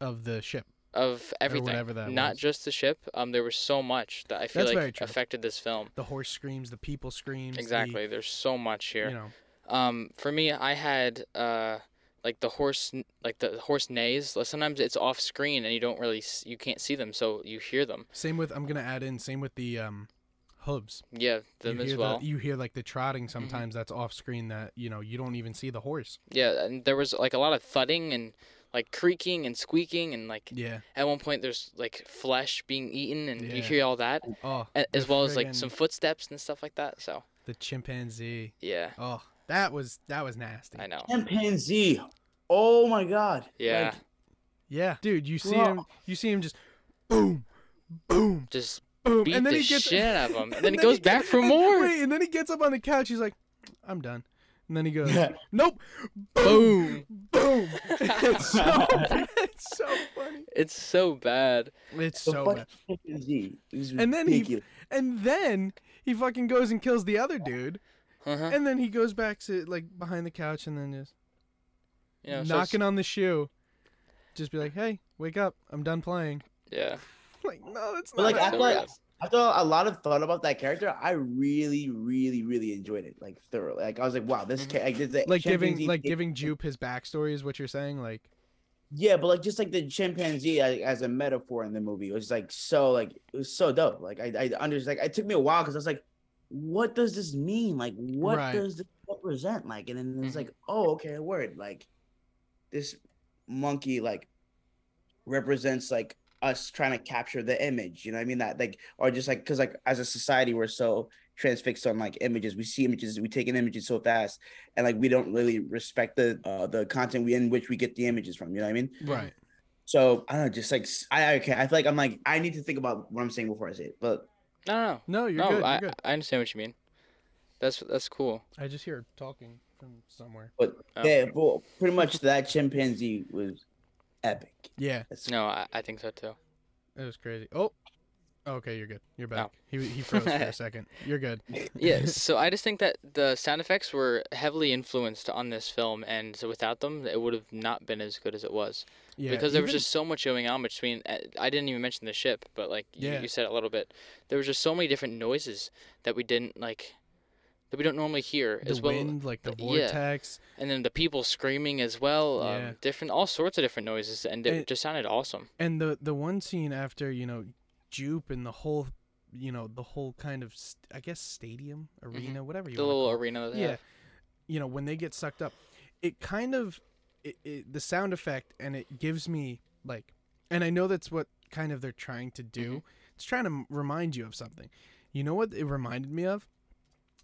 of the ship of everything, whatever that not was. just the ship. Um, there was so much that I feel That's very like true. affected this film. the horse screams the people screams the- Exactly. There's so much here. you know Um, for me, I had uh, like the horse, n- like the the horse neighs. like, Sometimes it's off screen and you don't really, s- you can't see them, so you hear them. Same with I'm gonna add in same with the um hooves. Yeah, them you as hear well. Mm-hmm. The, you hear like the trotting sometimes that's off screen that you know you don't even see the horse. Yeah, and there was like a lot of thudding and like creaking and squeaking and like Yeah. at one point there's like flesh being eaten and you Yeah. hear all that Oh, a- the as well as like friggin- some footsteps and stuff like that. So the chimpanzee. yeah, Oh, that was that was nasty. I know. Chimpanzee. Oh my god. Yeah, Like, Yeah, dude, you see Bro. him. You see him just boom, boom, just boom, beat and then the he gets shit out of him, and then he he goes get- back for and- more. Wait, and then he gets up on the couch. He's like, "I'm done." And then he goes, "Nope, boom, Boom! boom." it's, so, it's so funny. It's so bad. It's the so fucking bad. chimpanzee. is And then he- ridiculous. And then he fucking goes and kills the other dude, Uh-huh. and then he goes back to like behind the couch, and then just You know, so it's- knocking on the shoe, just be like, "Hey, wake up! I'm done playing." yeah. Like, no, it's But, not. like, that I so feel like- bad. After a lot of thought about that character, I really, really, really enjoyed it. Like thoroughly. Like I was like, wow, this Mhm. ca- like this is a like giving chimpanzee- like giving Jupe his backstory is what you're saying. Like Yeah, but like just like the chimpanzee as, as a metaphor in the movie was like so like it was so dope. Like I I understand. Like it took me a while because I was like, what does this mean? Like what Right. does this represent? Like and then it's Mhm. like oh okay a word like this monkey like represents like us trying to capture the image. You know what I mean? That like or just like because like as a society we're so transfixed on like images. We see images, we take in images so fast, and like we don't really respect the uh the content we in which we get the images from. You know what I mean? right, So I don't know, just like s- I okay, I feel like I'm like I need to think about what I'm saying before I say it. But No, no, no, you're no. good. You're I, good. I understand what you mean. That's that's cool. I just hear talking from somewhere. Oh. yeah, well, pretty much that chimpanzee was epic. Yeah, That's No, I, I think so too. it was crazy. Oh, okay, you're good. You're back. Oh. He he froze for a second. You're good. yeah, so I just think that the sound effects were heavily influenced on this film, and so without them, it would have not been as good as it was. Yeah, because there was even- just so much going on between. uh, I didn't even mention the ship, but like you, Yeah. you said it a little bit, there was just so many different noises that we didn't like, that we don't normally hear the as well. wind, like the yeah. vortex. And then the people screaming as well, um, Yeah. different, all sorts of different noises, and it, And- just sounded awesome. And the the one scene after you know Jupe and the whole you know the whole kind of st- I guess stadium arena whatever you Mm-hmm. The wanna little call it. arena. that they yeah have. you know when they get sucked up it kind of it, it, the sound effect and it gives me like and i know that's what kind of they're trying to do Mm-hmm. it's trying to m- remind you of something you know what it reminded me of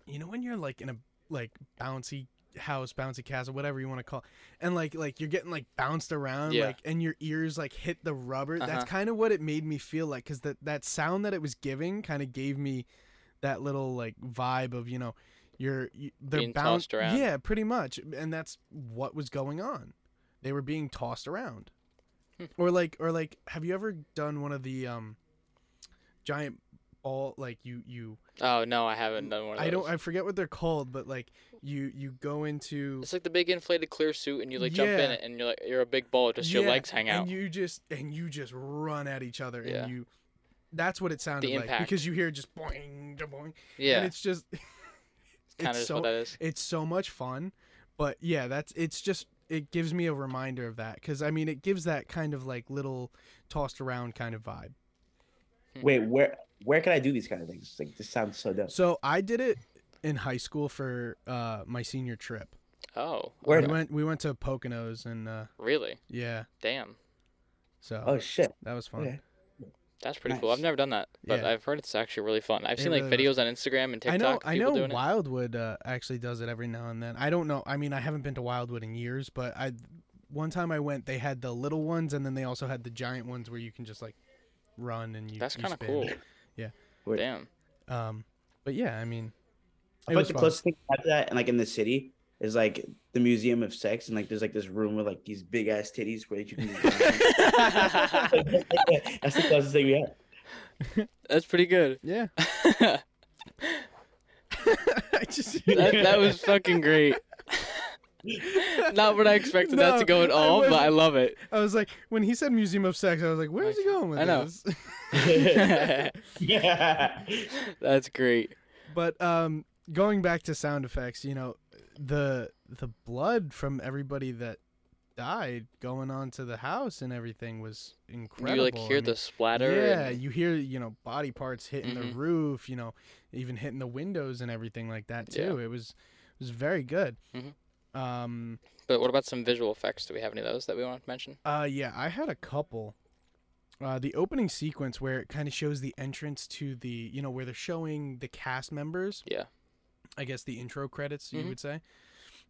you know when you're like in a like bouncy house bouncy castle whatever you want to call it, and like like you're getting like bounced around Yeah. like and your ears like hit the rubber Uh-huh. that's kind of what it made me feel like because that that sound that it was giving kind of gave me that little like vibe of you know you're you, they're Being bound- tossed around. yeah pretty much and that's what was going on they were being tossed around Hmm. or like or like have you ever done one of the um giant ball like you you Oh no, I haven't done one of those. i don't i forget what they're called but like you you go into It's like the big inflated clear suit, and you like jump in Yeah. it, and you're like you're a big ball, just your Yeah, legs hang out. and you just and you just run at each other Yeah. and you that's what it sounded like impact. because you hear just boing da boing and yeah, it's just it's kind of just so what that is. it's so much fun but yeah that's it's just it gives me a reminder of that because i mean it gives that kind of like little tossed around kind of vibe wait, where where can I do these kind of things? Like this sounds so dope. so i did it in high school for uh my senior trip Oh, Where- we okay. went we went to poconos and uh really? yeah Damn, so Oh shit. that was fun Okay. that's pretty cool. I've Nice. never done that, but Yeah. I've heard it's actually really fun. I've It seen like really videos was. on Instagram and I know, TikTok. of I people know. doing it. Wildwood uh, actually does it every now and then. I don't know. I mean, I haven't been to Wildwood in years, but I one time I went, they had the little ones, and then they also had the giant ones where you can just like run and you. That's you kind of spin. cool. Yeah. Wait. Damn. Um, but yeah, I mean, I it feel like was the fun. closest thing to that, and like in the city, is like the Museum of Sex, and like there's like this room with like these big ass titties where you can. That's the closest thing we have. That's pretty good. yeah. that, I just that was fucking great. Not what I expected that to No, go at I all, but I wasn't- love it. I was like, when he said Museum of Sex, I was like, where is he going with I know. this? That's great. But um, going back to sound effects, you know, the the blood from everybody that died going on to the house and everything was incredible. You like I hear mean, the splatter. Yeah, and- you hear you know body parts hitting Mhm. the roof, you know, even hitting the windows and everything like that Yeah. too. It was it was very good. Mhm. Um, But what about some visual effects? Do we have any of those that we want to mention? uh, yeah, I had a couple. Uh, the opening sequence where it kind of shows the entrance to the you know where they're showing the cast members. Yeah. I guess the intro credits you Mhm. would say.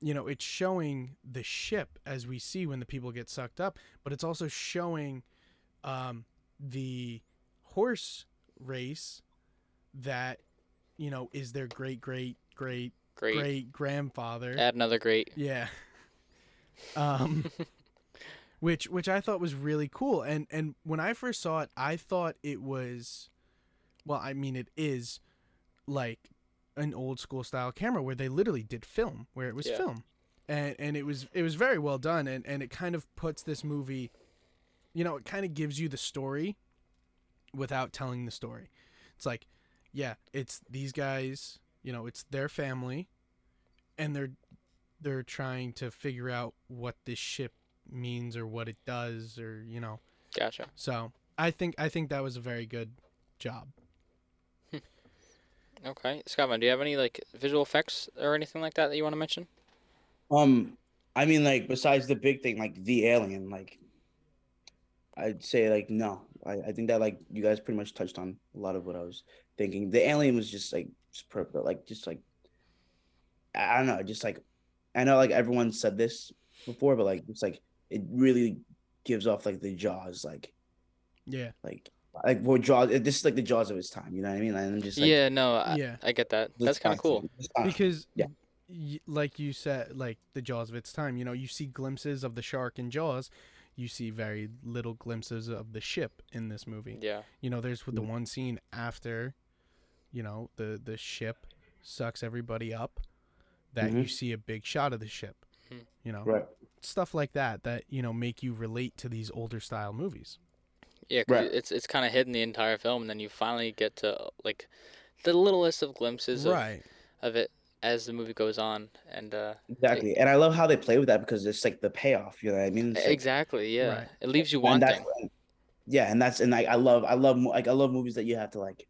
You know, it's showing the ship as we see when the people get sucked up, but it's also showing um, the horse race that you know is their great great great Great. great grandfather. Add another great. Yeah. Um which which I thought was really cool and and when I first saw it I thought it was well I mean it is like an old school style camera where they literally did film where it was Yeah. film. And and it was it was very well done and and it kind of puts this movie you know it kind of gives you the story without telling the story. It's like yeah, it's these guys, you know, it's their family and they're they're trying to figure out what this ship means or what it does or you know Gotcha. so i think i think that was a very good job Okay, Scotland, do you have any like visual effects or anything like that that you want to mention? Um, I mean, like besides the big thing, like the alien, like I'd say, like no, I, I think that like you guys pretty much touched on a lot of what I was thinking. The alien was just like superb, but, like just like I I don't know, just like I know like everyone said this before, but like it's like it really gives off like the jaws, like yeah like like what jaws. it- This is like the jaws of its time, you know what I mean? And I'm just like, yeah, no, I, yeah I get that. this That's kind of constant- cool. this constant- because uh, yeah. y- like you said like the jaws of its time you know you see glimpses of the shark in jaws you see very little glimpses of the ship in this movie Yeah, you know there's the Mhm. one scene after you know the the ship sucks everybody up that you see a big shot of the ship Mhm. you know Right. stuff like that that you know make you relate to these older style movies. yeah, 'cause Right. it's it's kind of hidden the entire film, and then you finally get to like the littlest of glimpses of, of it as the movie goes on, and uh, Exactly. And I love how they play with that because it's like the payoff, you know what I mean? It's, like, e, exactly, yeah, Right. it leaves you and wanting. that's when- yeah and that's and like i love i love mo- like i love movies that you have to like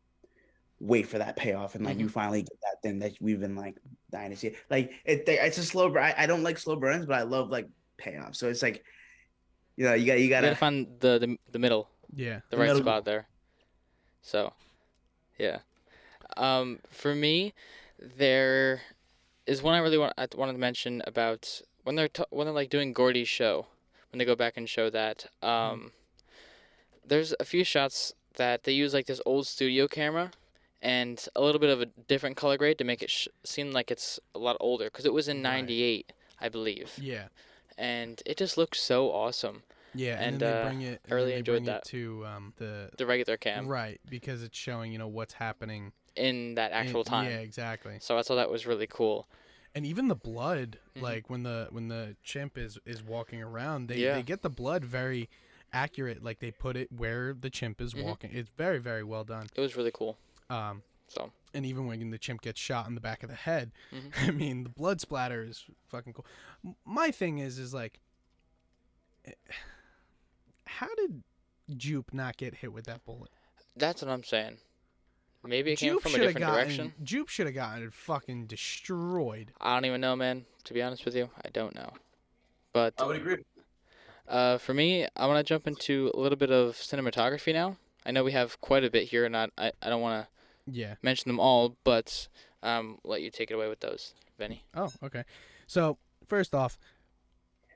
wait for that payoff and like you finally get that thing that we've been like dying to see like it they- it's a slow burn I, I don't like slow burns but i love like payoffs so it's like you know you got you You gotta gotta find the the, the middle, Yeah. the The right middle. spot there. So, yeah. Um, for me, there is one I really want I wanted to mention about when they're t- when they're like doing Gordy's show when they go back and show that. Mm-hmm. Um, there's a few shots that they use like this old studio camera and a little bit of a different color grade to make it sh- seem like it's a lot older because it was in Right. '98, I believe, Yeah. and it just looks so awesome. Yeah. And, And, then uh, they bring it I really and then they enjoyed bring that. it to um the The regular cam right because it's showing, you know, what's happening in that actual in- time. Yeah, exactly. So I thought that was really cool. And even the blood Mhm. like when the when the chimp is is walking around, they Yeah. they get the blood very accurate like they put it where the chimp is Mhm. walking. It's very very well done. It was really cool. Um So and even when the chimp gets shot in the back of the head, Mhm. I mean, the blood splatter is fucking cool. M- My thing is, is like, eh, how did Jupe not get hit with that bullet? that's what I'm saying. Maybe it came Jupe from a shoulda different gotten, direction. Jupe should have gotten fucking destroyed. I don't even know, man. To be honest with you, I don't know. But I would agree. uh, for me, I want to jump into a little bit of cinematography now. I know we have quite a bit here, and I I, I don't want to Yeah. mention them all, but um, let you take it away with those, Vinny. Oh, okay. So first off,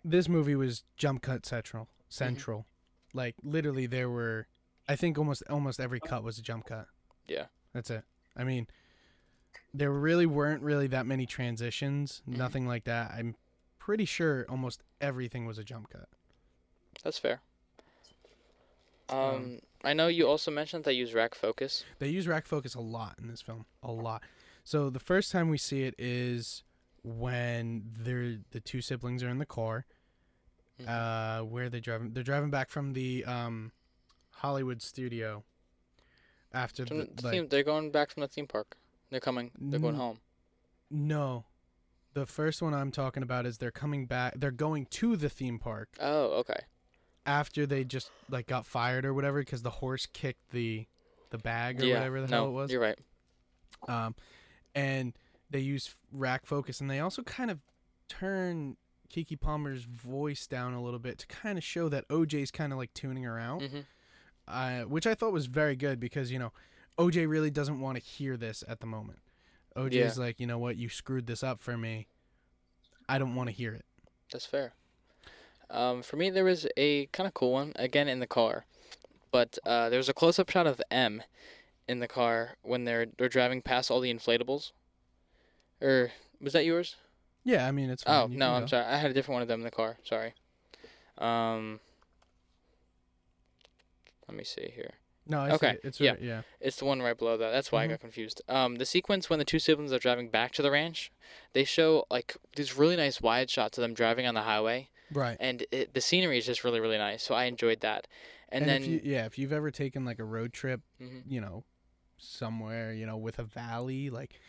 this movie was jump cut central. Central, like literally, there were, I think almost almost every cut was a jump cut. Yeah. That's it. I mean, there really weren't really that many transitions, Mhm. nothing like that. I'm pretty sure almost everything was a jump cut. That's fair. Um, Um, I know you also mentioned that they use rack focus. They use rack focus a lot in this film, a lot. So the first time we see it is when they're the two siblings are in the car. Mhm. Uh, where they driving? They're driving back from the um, Hollywood studio. After From the, the like, theme, they're going back from the theme park. They're coming. They're going Mm. home. no, The first one I'm talking about is they're coming back. They're going to the theme park Oh, okay. after they just like got fired or whatever because the horse kicked the the bag or yeah. whatever the no, hell it was. You're right. Um, and they use rack focus, and they also kind of turn Kiki Palmer's voice down a little bit to kind of show that OJ's kind of like tuning her out, Mhm. uh, which I thought was very good because you know OJ really doesn't want to hear this at the moment. OJ's like, you know what, you screwed this up for me. I don't want to hear it. That's fair. Um, for me, there was a kind of cool one again in the car, but uh, there was a close-up shot of M in the car when they're they're driving past all the inflatables. Or was that yours? Yeah, I mean it's. Fine. Oh Mm-hmm, you no, can I'm go. sorry. I had a different one of them in the car. Sorry. Um, let me see here. No, I see Okay, it. It's yeah. right, yeah. It's the one right below that. That's why Mhm. I got confused. Um, the sequence when the two siblings are driving back to the ranch, they show like these really nice wide shots of them driving on the highway, Right. and it, the scenery is just really really nice. So I enjoyed that. And, then if you, yeah, if you've ever taken like a road trip, Mhm. you know, somewhere, you know, with a valley, like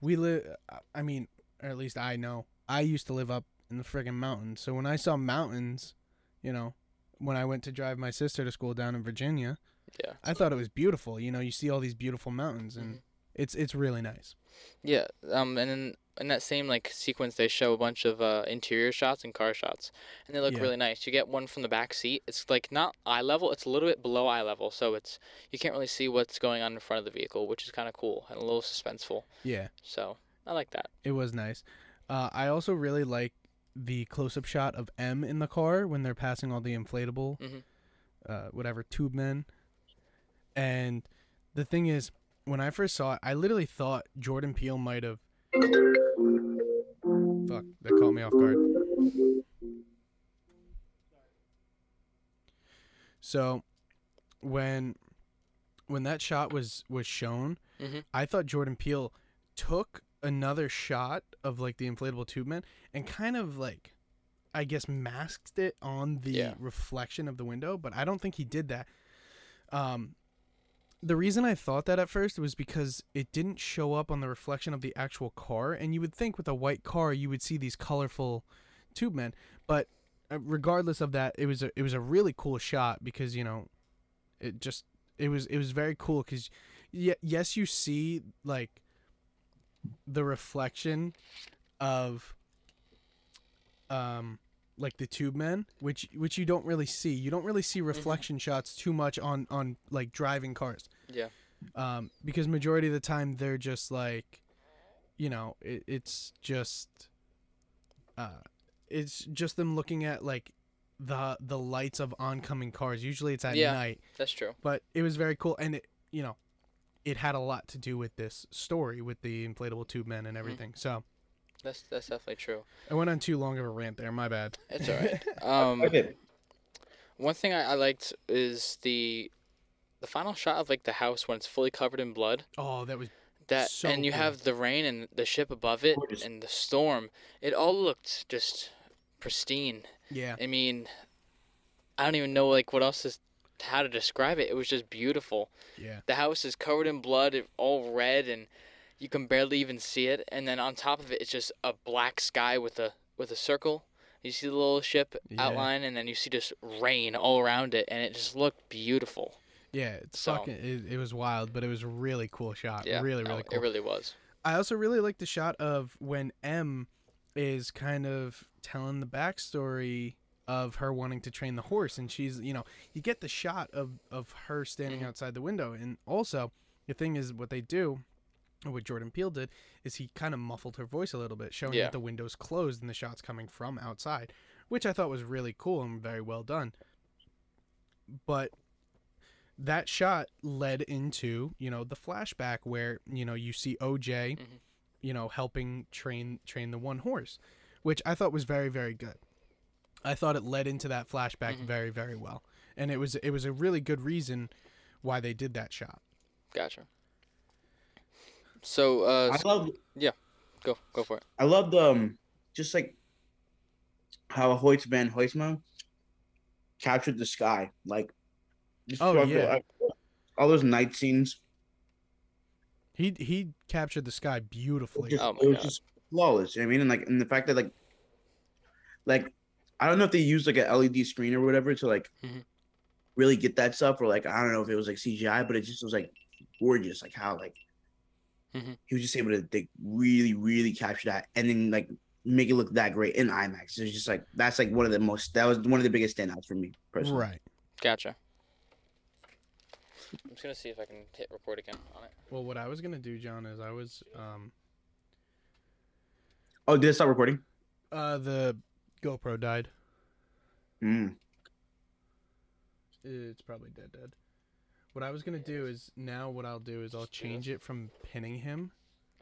we live. I mean, or at least I know. I used to live up in the friggin' mountains, so when I saw mountains, you know, when I went to drive my sister to school down in Virginia, Yeah. I thought it was beautiful. You know, you see all these beautiful mountains, and Mhm. it's it's really nice. yeah, um, and then in that same like sequence, they show a bunch of uh, interior shots and car shots, and they look Yeah. really nice. You get one from the back seat. It's like not eye level. It's a little bit below eye level, so it's you can't really see what's going on in front of the vehicle, which is kind of cool and a little suspenseful. Yeah, So I like that. it was nice. Uh, I also really like the close-up shot of M in the car when they're passing all the inflatable, Mhm. uh, whatever tube men. And the thing is, when I first saw it, I literally thought Jordan Peele might have. Fuck, that caught me off guard. So, when when that shot was was shown, Mhm. I thought Jordan Peele took another shot of like the inflatable tube man and kind of like I guess masked it on the Yeah. reflection of the window, but I don't think he did that. Um the reason I thought that at first was because it didn't show up on the reflection of the actual car and you would think with a white car you would see these colorful tube men, but uh, regardless of that, it was a, it was a really cool shot because, you know, it just it was it was very cool cuz y- yes, you see like the reflection of um like the tube men which which you don't really see you don't really Mm-hmm. see reflection shots too much on on like driving cars Yeah. um because majority of the time they're just like you know it, it's just uh it's just them looking at like the the lights of oncoming cars usually it's at Yeah. night That's true. but it was very cool and it you know it had a lot to do with this story with the inflatable tube men Mm-hmm. and everything so That's that's definitely true. i went on too long of a rant there my bad It's all right. Um, Okay. one thing I, I liked is the the final shot of like the house when it's fully covered in blood. oh that was That So and you cool. have the rain and the ship above it Gorgeous. and the storm. It all looked just pristine. yeah I mean, I don't even know like what else is how to describe it. It was just beautiful. yeah The house is covered in blood, it- all red, and you can barely even see it. And then on top of it, it's just a black sky with a with a circle. You see the little ship Yeah. outline, and then you see just rain all around it, and it just looked beautiful. yeah it's So- fucking it, it was wild but it was a really cool shot Yeah, Uh, really no, really cool It really was. I also really like the shot of when M is kind of telling the backstory of her wanting to train the horse and she's you know you get the shot of of her standing Mhm. outside the window and also the thing is what they do or what Jordan Peele did is he kind of muffled her voice a little bit showing Yeah. that the window's closed and the shots coming from outside which I thought was really cool and very well done but that shot led into you know the flashback where you know you see OJ Mhm. you know helping train train the one horse which I thought was very very good I thought it led into that flashback Mhm. very very well and it was it was a really good reason why they did that shot Gotcha. So, uh, I s- love go go for it. I loved um just like how Hoyt's Van Hoytma captured the sky, like just Oh, fucking- yeah. all those night scenes. he he captured the sky beautifully Just, Oh my it was God. just flawless. You know what I mean, and like, and the fact that like, like, I don't know if they used like a LED screen or whatever to like Mhm. really get that stuff, or like I don't know if it was like CGI, but it just was like gorgeous, like how like Mhm. he was just able to like really, really capture that, and then like make it look that great in IMAX. It's just like that's like one of the most that was one of the biggest standouts for me personally. Right. Gotcha. I'm just gonna see if I can hit record again on it. Well, what I was gonna do, John, is I was um Oh, did it stop recording? uh the GoPro died. Mm. It's probably dead dead. What I was gonna do is now what I'll do is I'll Just do this. change it from pinning him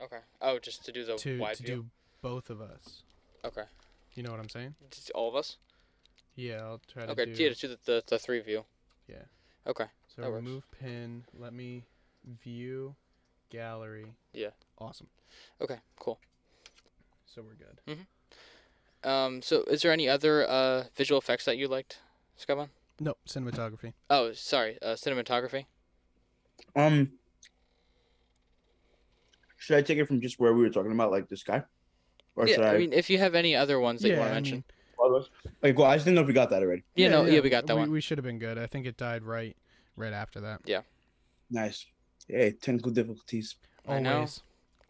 Okay. Oh, just to do the to wide to view. do both of us. Okay. You know what I'm saying? Just all of us. Yeah, I'll try to Okay. do. Yeah, just do the, the the three view. Yeah. Okay. So That works. remove pin. Let me view gallery. Yeah. Awesome. Okay. Cool. So we're good. Um. So, is there any other uh visual effects that you liked, Skyvon? No cinematography. Oh, sorry. Uh, cinematography. Um, should I take it from just where we were talking about, like this guy, or should yeah. I? I mean, if you have any other ones that you want to mention. mean, okay, cool. I just didn't know if we got that already. yeah, No. Yeah. we got that we, one. We should have been good. I think it died right right after that. Nice. Hey, technical difficulties. I know. Always.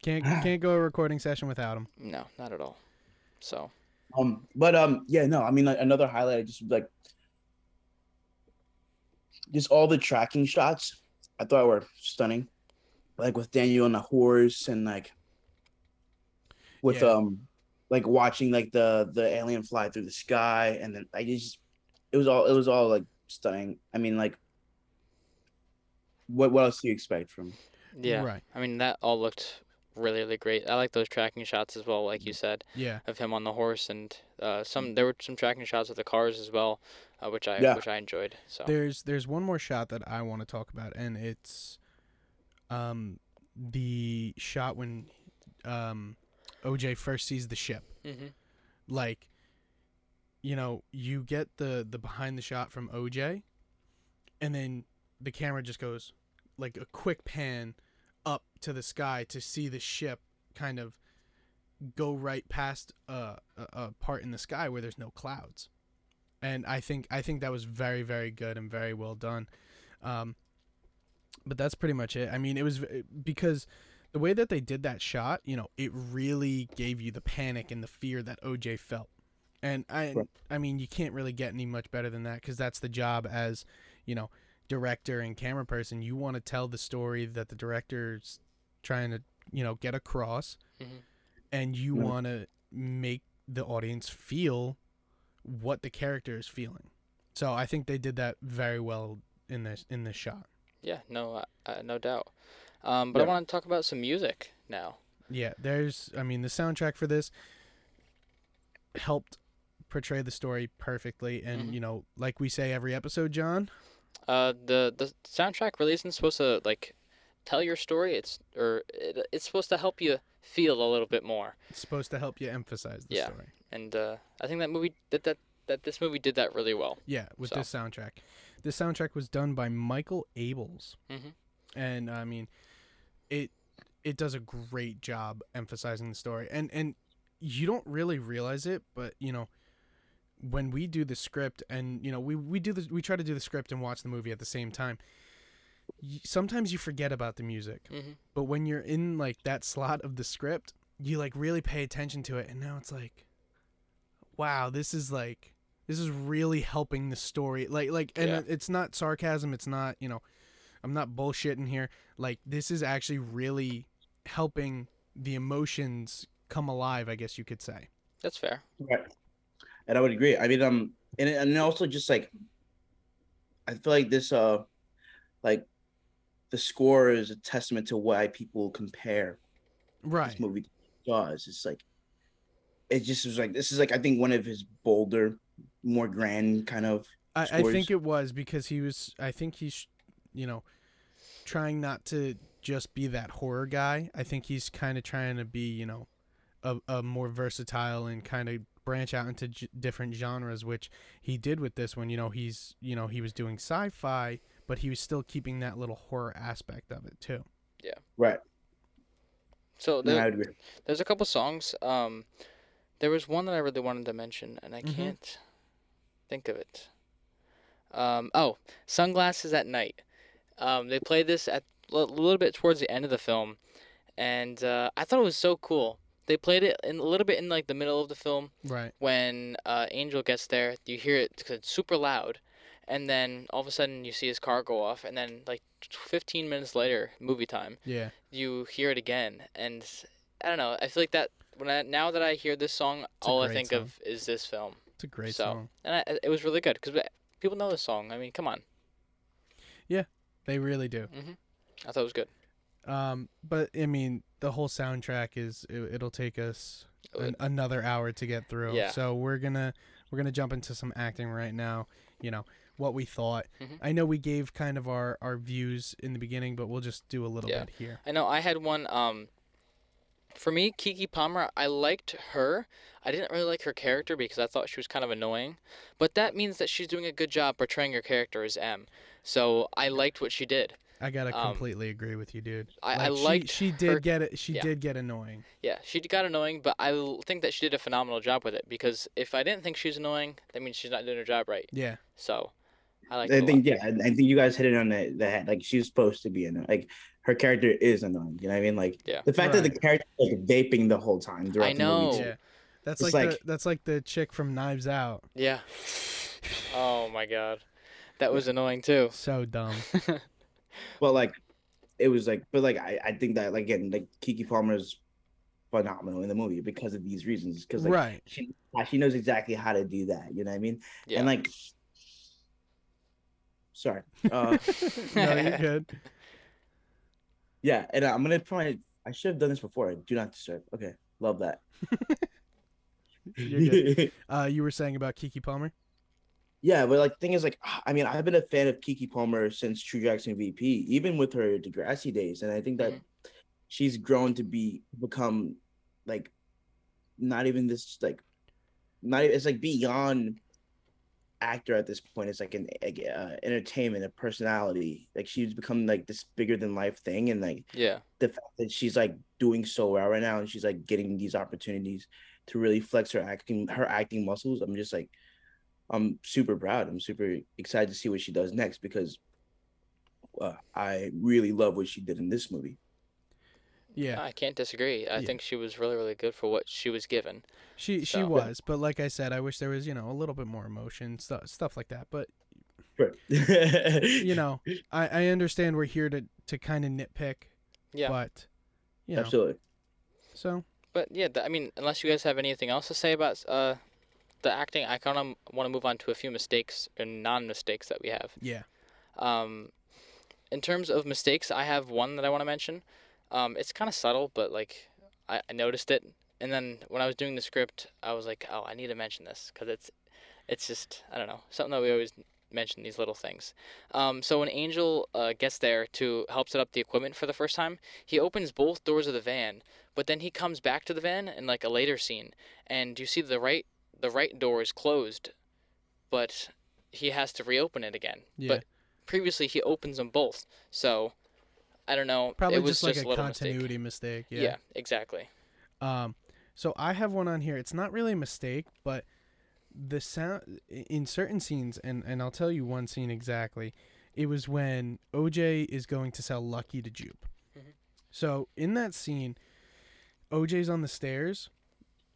Can't can't go a recording session without him. No, not at all. So. Um, but um, yeah, no, I mean, like, another highlight, I just like just all the tracking shots, I thought were stunning, like with Daniel on the horse and like with Yeah. um, like watching like the the alien fly through the sky, and then I just it was all it was all like stunning. I mean, like what what else do you expect from? Yeah. Right. I mean, that all looked really, really great. I like those tracking shots as well, like Mm. you said, Yeah. of him on the horse, and uh, some there were some tracking shots of the cars as well, uh, which I Yeah. which I enjoyed. So There's there's one more shot that I want to talk about, and it's um the shot when um OJ first sees the ship. Mhm. Like, you know, you get the the behind the shot from OJ, and then the camera just goes like a quick pan up to the sky to see the ship kind of go right past uh, a, a part in the sky where there's no clouds and i think i think that was very very good and very well done um, but that's pretty much it i mean it was v- because the way that they did that shot you know it really gave you the panic and the fear that oj felt and i Right. i mean you can't really get any much better than that because that's the job as you know director and camera person you want to tell the story that the director's trying to you know get across Mhm. and you Yeah. want to make the audience feel what the character is feeling so i think they did that very well in this in this shot yeah, no, uh, uh, no doubt. Um, but I Yeah. want to talk about some music now. yeah there's i mean the soundtrack for this helped portray the story perfectly and Mhm. you know like we say every episode john Uh, the the soundtrack really isn't supposed to like tell your story. It's or it, it's supposed to help you feel a little bit more. it's supposed to help you emphasize the Yeah. story And uh, I think that movie that that that this movie did that really well. Yeah, with So- this soundtrack. This soundtrack was done by Michael Abels. Mhm. And I mean, it it does a great job emphasizing the story. And and you don't really realize it, but you know, when we do the script and you know, we we do the we try to do the script and watch the movie at the same time. y- Sometimes you forget about the music, Mhm. but when you're in like that slot of the script, you like really pay attention to it, and now it's like, wow, this is like this is really helping the story like like and Yeah. uh, it's not sarcasm it's not you know i'm not bullshitting here like this is actually really helping the emotions come alive i guess you could say That's fair. Right. And I would agree. I mean, um, and and also just like, I feel like this, uh, like, the score is a testament to why people compare right this movie to Jaws. It's like, it just was like this is like I think one of his bolder, more grand kind of I, I think scores. it was because he was i think he's you know trying not to just be that horror guy i think he's kind of trying to be you know a, a more versatile and kind of branch out into j- different genres which he did with this one you know he's you know he was doing sci-fi but he was still keeping that little horror aspect of it too right. So No, there, I would agree. there's a couple songs. Um, there was one that I really wanted to mention, and I Mhm. can't think of it. Um, oh, sunglasses at night. Um, they played this at a little bit towards the end of the film, and uh, I thought it was so cool. They played it in a little bit in like the middle of the film Right. when uh, Angel gets there. You hear it 'cause it's super loud, and then all of a sudden you see his car go off, and then like 15 minutes later, movie time Yeah. you hear it again and i don't know i feel like that when I, now that i hear this song a all i great think song. of is this film It's a great So- song. and I, it was really good because people know this song i mean come on They really do. i thought it was good Um, but I mean, the whole soundtrack is it, it'll take us It an, another hour to get through. Uh, Yeah. So we're gonna we're gonna jump into some acting right now. You know what we thought. Mhm. I know we gave kind of our our views in the beginning, but we'll just do a little Yeah. bit here. i know i had one um for me kiki palmer i liked her i didn't really like her character because i thought she was kind of annoying but that means that she's doing a good job portraying her character as m so i liked what she did I gotta Um, completely agree with you, dude. I- I she- liked she, her- did get it. She yeah. did get annoying. Yeah, she got annoying, but I l- think that she did a phenomenal job with it because if I didn't think she's annoying, that means she's not doing her job right. Yeah. So I like. I think yeah, I, I think you guys hit it on the, the head. Like she's supposed to be in it. Like her character is annoying. You know what I mean? Like Yeah. the fact that the character is like vaping the whole time. Throughout I The know. movie too. Yeah. That's It's like, like- the, that's like the chick from Knives Out. yeah. Oh my god, that was annoying too. So dumb. But like it was like, but like I, I think that like again like Kiki Palmer is phenomenal in the movie because of these reasons. Because like right. she she knows exactly how to do that. You know what I mean? Yeah. And like, sorry. Uh, no, you're good. yeah, and I'm gonna probably I should have done this before. Do not disturb. Okay, love that. You're good. Uh, you were saying about Kiki Palmer. Yeah, but like the thing is like I mean I've been a fan of Kiki Palmer since True Jackson VP, even with her Degrassi days, and I think that Mhm. she's grown to be become like not even this like not e, it's like beyond actor at this point. It's like an like, uh, entertainment, a personality. Like she's become like this bigger than life thing, and like yeah. the fact that she's like doing so well right now and she's like getting these opportunities to really flex her acting her acting muscles i'm just like i'm super proud i'm super excited to see what she does next because uh, i really love what she did in this movie Yeah. I can't disagree. I Yeah. think she was really, really good for what she was given. She she So- Yeah. was, but like I said, I wish there was you know a little bit more emotion stuff stuff like that. But right you know, I I understand we're here to to kind of nitpick. Yeah. But you know, absolutely so But yeah, th- I mean, unless you guys have anything else to say about uh, the acting, I kind of want to move on to a few mistakes and non-mistakes that we have. yeah, Um, in terms of mistakes, I have one that I want to mention. Um, it's kind of subtle, but like I, I noticed it, and then when I was doing the script, I was like, "Oh, I need to mention this because it's, it's just I don't know something that we always mention these little things." Um, so when Angel uh, gets there to help set up the equipment for the first time, he opens both doors of the van, but then he comes back to the van in like a later scene, and you see the right the right door is closed, but he has to reopen it again. Yeah. But previously he opens them both, so I don't know. probably it was just like a a little mistake. continuity mistake. Yeah. exactly. Um, so I have one on here. It's not really a mistake, but the sound in certain scenes, and and I'll tell you one scene exactly. It was when OJ is going to sell Lucky to Jupe. Mhm. So in that scene, OJ's on the stairs,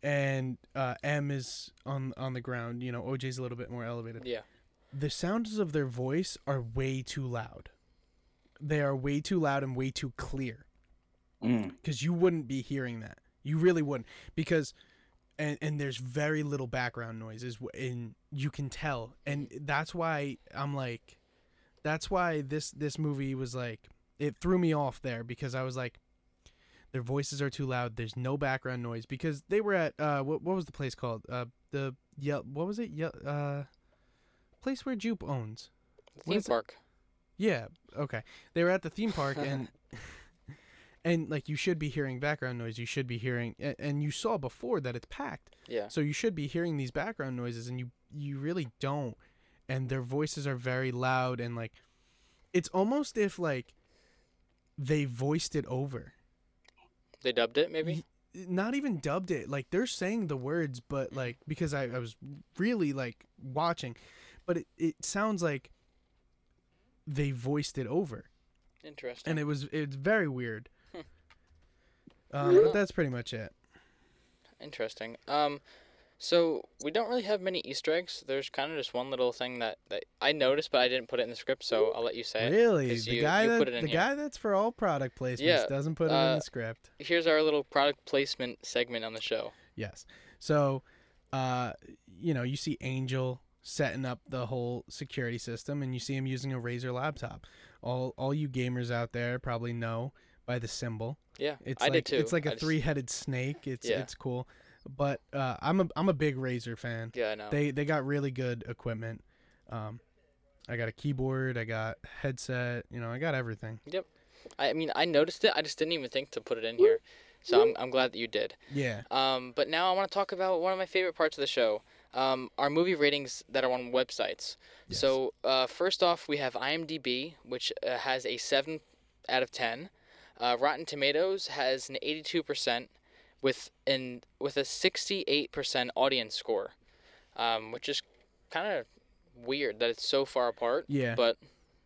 and uh, M is on on the ground. You know, OJ's a little bit more elevated. Yeah. The sounds of their voice are way too loud. They are way too loud and way too clear Mm. because you wouldn't be hearing that. You really wouldn't because, and and there's very little background noises, w- and you can tell, and that's why I'm like, that's why this this movie was like it threw me off there because I was like, their voices are too loud. There's no background noise because they were at uh what what was the place called uh the yeah what was it yeah uh place where Jupe owns What Theme is it? park. yeah. Okay. They were at the theme park and and like you should be hearing background noise. You should be hearing a- and you saw before that it's packed. Yeah. So you should be hearing these background noises and you you really don't. And their voices are very loud and like it's almost if like they voiced it over. They dubbed it, maybe. not even dubbed it like they're saying the words but like because i, I was really like watching but it, it sounds like they voiced it over Interesting. and it was it's very weird um, but that's pretty much it Interesting. Um, so we don't really have many Easter eggs. There's kind of just one little thing that, that I noticed, but I didn't put it in the script, so I'll let you say it. really 'cause the you- guy you that put it the in here. guy that's for all product placements Yeah, doesn't put it in uh, the script Here's our little product placement segment on the show. yes so uh you know you see angel setting up the whole security system and you see him using a razor laptop all all you gamers out there probably know by the symbol Yeah, It's I like did too. it's like a a three-headed snake. It's Yeah. it's cool, but uh, I'm a I'm a big Razer fan. Yeah, I know. They they got really good equipment. Um, I got a keyboard. I got headset. You know, I got everything. I mean, I noticed it. I just didn't even think to put it in here. So I'm, I'm glad that you did. Yeah. Um, but now I want to talk about one of my favorite parts of the show um, our movie ratings that are on websites. Yes. So, uh, first off, we have IMDb, which uh, has a 7 out of 10. Uh, Rotten Tomatoes has an 82% with, an, with a 68% audience score, um, which is kind of weird that it's so far apart. Yeah. But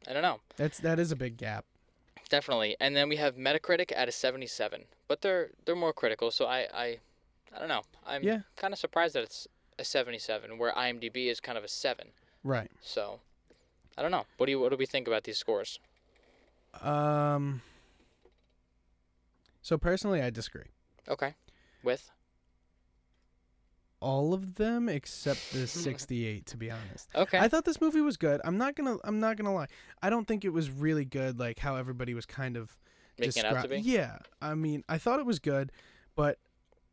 I don't know. That's that is a big gap. Definitely. And then we have Metacritic at a 77. But they're they're more critical, so I I, I don't know. I'm Yeah. kind of surprised that it's a 77 where IMDb is kind of a 7. Right. So I don't know. What do you what do we think about these scores? Um. So personally, I disagree. Okay. With All of them except the 68. To be honest. Okay. I thought this movie was good. I'm not gonna. I'm not gonna lie. I don't think it was really good. Like how everybody was kind of Making it out to descri- be. Yeah, I mean, I thought it was good, but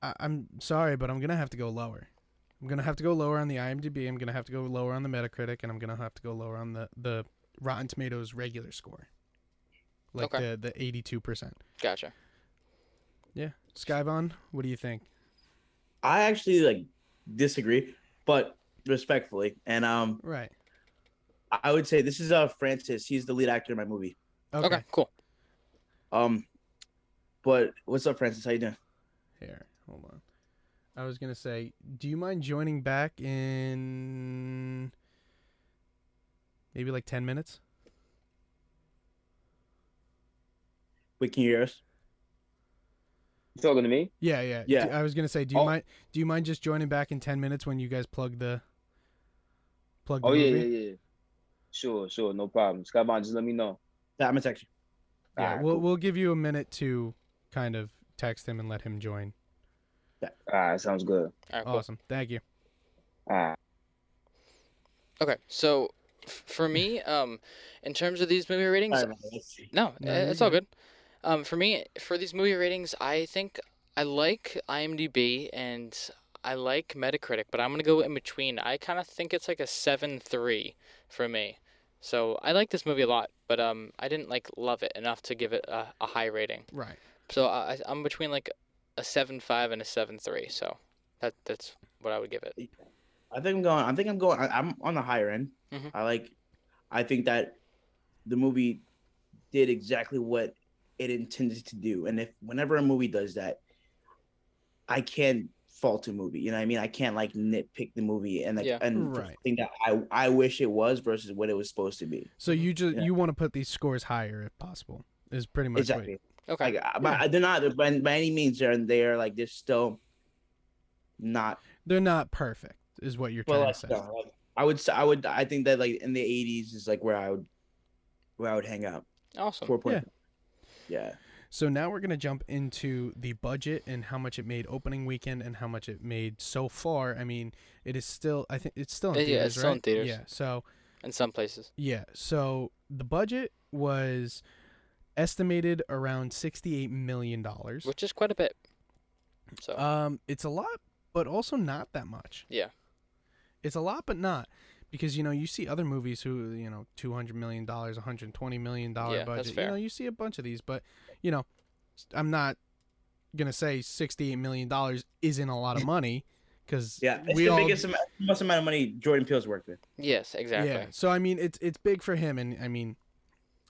I- I'm sorry, but I'm gonna have to go lower. I'm gonna have to go lower on the IMDb. I'm gonna have to go lower on the Metacritic, and I'm gonna have to go lower on the the Rotten Tomatoes regular score, like Okay. the the 82 percent. Gotcha. Yeah, Skyvon, what do you think? I actually like disagree, but respectfully. And um, Right. I I would say this is uh Francis. He's the lead actor in my movie. Okay. Okay, cool. Um, but what's up, Francis? How you doing? Here, hold on. I was gonna say, do you mind joining back in maybe like 10 minutes? Wait, can you hear us? It's all going to me. Yeah, yeah. Yeah. Do- I was gonna say, do you Oh. mind? Do you mind just joining back in ten minutes when you guys plug the plug the Oh yeah, movie? yeah, yeah. Sure, sure, no problem. Skybond, just let me know. Yeah, I'm gonna text you. Yeah, Alright, we'll cool. we'll give you a minute to kind of text him and let him join. All right, sounds good. All right, cool. Awesome. Thank you. All right. Okay. So f- for me, um in terms of these movie ratings, All right, man, let's see. No, No, uh, you're it's all good. Um, for me, for these movie ratings, I think I like IMDb and I like Metacritic, but I'm gonna go in between. I kind of think it's like a seven three for me. So I like this movie a lot, but um, I didn't like love it enough to give it a, a high rating. Right. So I, I- I'm between like a seven five and a seven three. So that that's what I would give it. I think I'm going. I think I'm going. I, I'm on the higher end. Mhm. I like. I think that the movie did exactly what it intended to do, and if whenever a movie does that, I can't fault a movie. You know what I mean? I can't like nitpick the movie and like Yeah. and Right. think that I I wish it was versus what it was supposed to be. So you just Yeah. you want to put these scores higher if possible is pretty much what- exactly. Okay. Like, I- but they're not by, by any means. They're they are like they're still not they're not perfect is what you're trying Well, like, to say. no, like, I would, s- I would, I think that like in the '80s is like where I would, where I would hang out. Awesome. Four point. Yeah. So now we're gonna jump into the budget and how much it made opening weekend and how much it made so far. I mean, it is still I think it's still in Yeah, theaters, yeah, it's still in right? theaters. Yeah. So In some places. Yeah. So the budget was estimated around sixty-eight million dollars. Which is quite a bit. So Um, it's a lot, but also not that much. Yeah. It's a lot, but not because you know you see other movies who you know two hundred million dollars, one hundred twenty million dollar Yeah, that's budget. fair. You know you see a bunch of these, but you know I'm not gonna say sixty-eight million dollars isn't a lot of money because Yeah. It's we the all biggest amount, most amount of money Jordan Peele's worked with. yes, exactly. Yeah. So I mean, it's it's big for him, and I mean,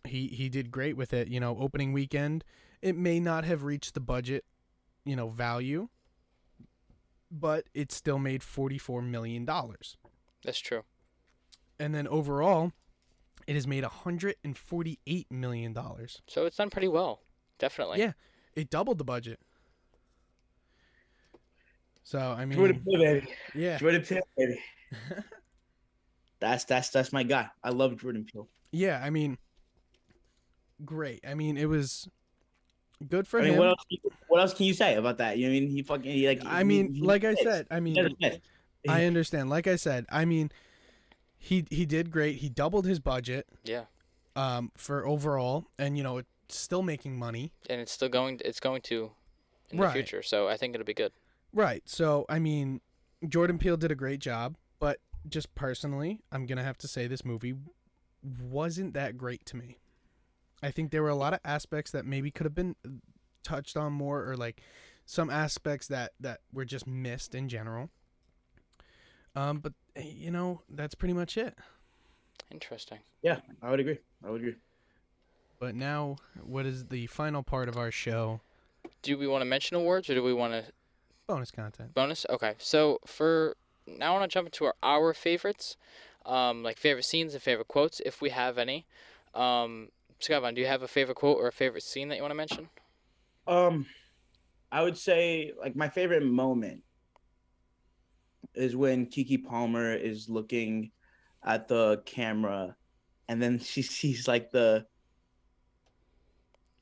he he did great with it. You know, opening weekend, it may not have reached the budget you know, value, but it still made $44 million. That's true. And then overall, it has made $148 million. So it's done pretty well. Definitely. Yeah. It doubled the budget. So, I Throw the mean, pill, baby. yeah. Jordan Peele, baby. That's that's that's my guy. I love Jordan Peele. Yeah, I mean, great. I mean, it was good for I mean, him. what else? What else can you say about that? You know what I mean? He fucking he, like. I he- mean, he- like I he- said, I mean, he- he- I understand. Like I said, I mean, he he did great. He doubled his budget Yeah. um for overall, and you know, it's still making money. And it's still going it's going to in Right. the future. So I think it'll be good. Right. So I mean, Jordan Peele did a great job, but just personally, I'm gonna have to say this movie wasn't that great to me. I think there were a lot of aspects that maybe could have been touched on more, or like some aspects that that were just missed in general. Um, but eh, you know, that's pretty much it. Interesting. yeah, I would agree. I would agree. But now, what is the final part of our show? Do we want to mention awards or do we want to Bonus content. bonus? Okay. So for now I want to jump into our, our favorites. Um like favorite scenes and favorite quotes if we have any. Um Scott, do you have a favorite quote or a favorite scene that you want to mention? Um, I would say like my favorite moment is when Kiki Palmer is looking at the camera, and then she sees like the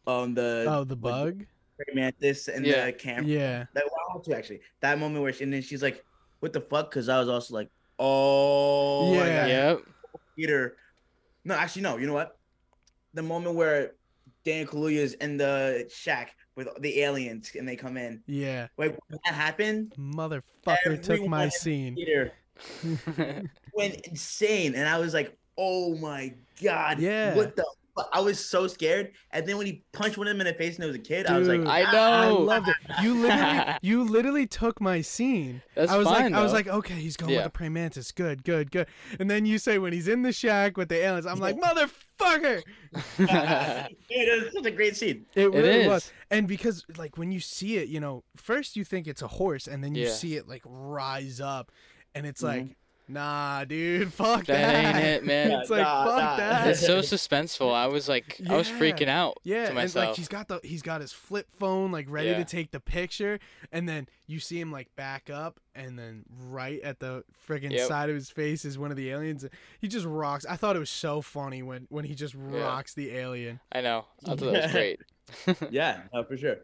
um the Oh, the what- bug. praying mantis and Yeah. the camera. Yeah. That well, not two, actually. That moment where she, and then she's like, "What the fuck?" Because I was also like, "Oh, I Yeah. got Yep. Peter." No, actually, no. You know what? The moment where Daniel Kaluuya is in the shack with the aliens and they come in. Yeah. Wait, when that happened, Motherfucker took my Everyone- scene. Peter went insane, and I was like, "Oh my god, Yeah. what the." fuck?" I was so scared, and then when he punched one of them in the face and it was a kid, I was like, Dude. I I know. loved it. You literally, you literally took my scene. That's I was fine. like, I was though. like, okay, he's going Yeah. with the praying mantis. Good, good, good. And then you say when he's in the shack with the aliens, I'm like, motherfucker. Dude, it was such a great scene. It it really is. was. And because like when you see it, you know, first you think it's a horse, and then you Yeah. Mm-hmm. see it like rise up, and it's Mhm. like, nah, dude, fuck that. That ain't it, man. it's like Nah, fuck nah. that. It's so suspenseful. I was like, I was Yeah. freaking out Yeah, to and like myself. he's got the he's got his flip phone like ready Yeah. to take the picture, and then you see him like back up, and then right at the friggin' Yep. side of his face is one of the aliens. He just rocks. I thought it was so funny when when he just Yeah. rocks the alien. I know. I thought that was great. Yeah, no, for sure.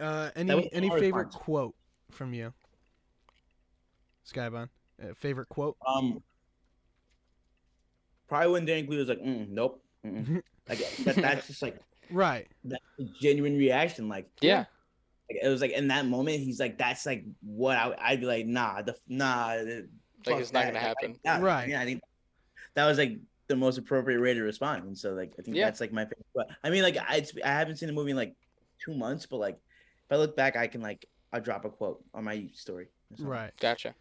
Uh, was any any hard favorite concept. quote from you, Skybon? Uh, favorite quote? Um, probably when Dan Glue was like, mm, "Nope," mm-mm." like that, that's just like Right. a genuine reaction. Like, Yeah. like, it was like in that moment, he's like, "That's like what I, I'd be like, nah, the nah, the- Like fuck it's not that, gonna happen. nah." Right. Yeah, I think that was like the most appropriate way to respond. And so, like, I think Yeah. that's like my favorite. But I mean, like, I it's, I haven't seen the movie in like two months, but like, if I look back, I can like I'll drop a quote on my story. or something. Right. Gotcha.